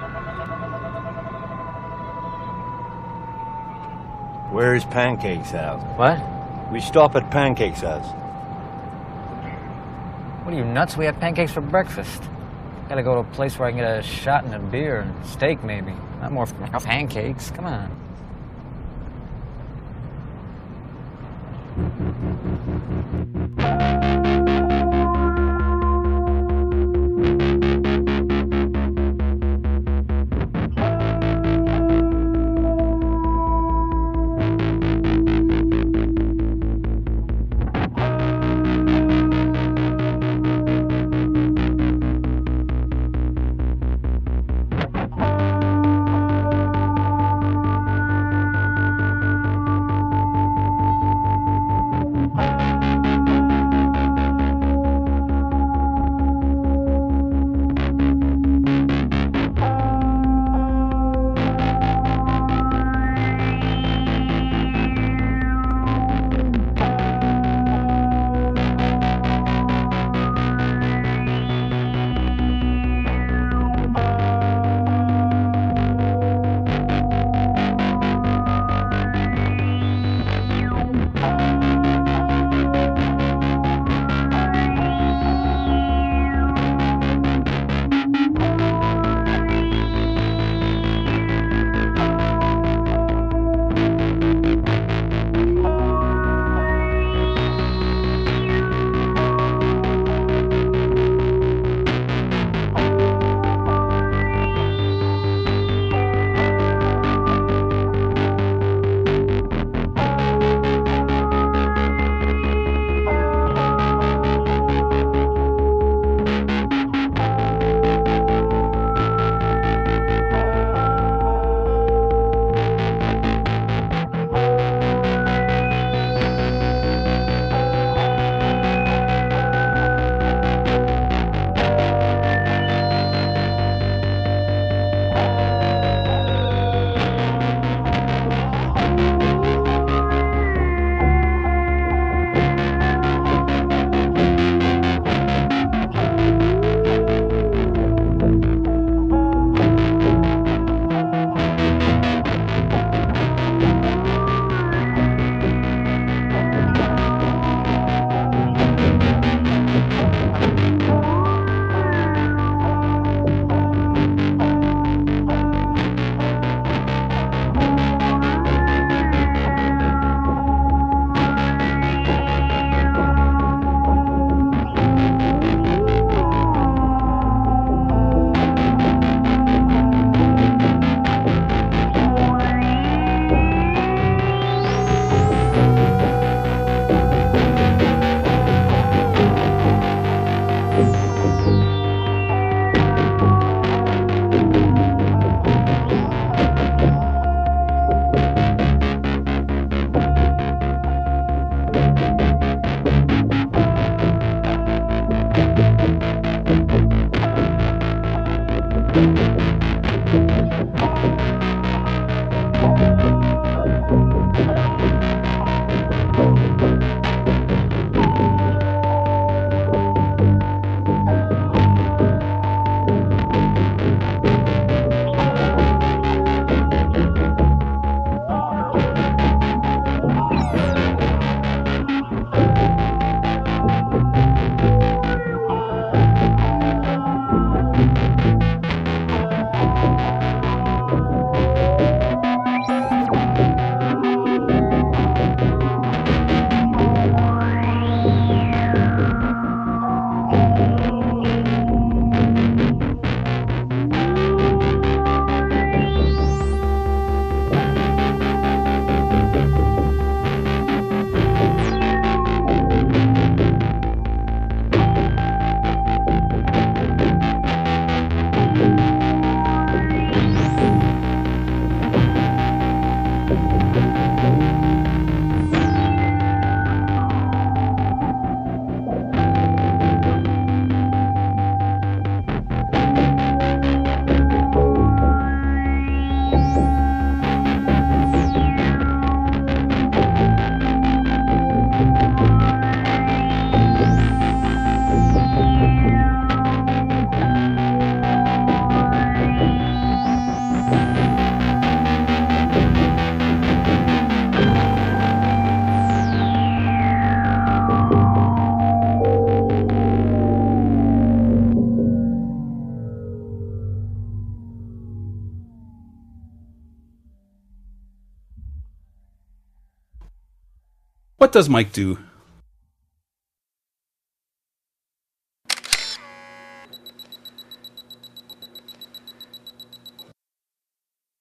Where's Pancake's house? What? We stop at Pancake's house. What are you nuts? We had pancakes for breakfast. Gotta go to a place where I can get a shot and a beer and steak, maybe. Not more f- pancakes. Come on. What does Mike do?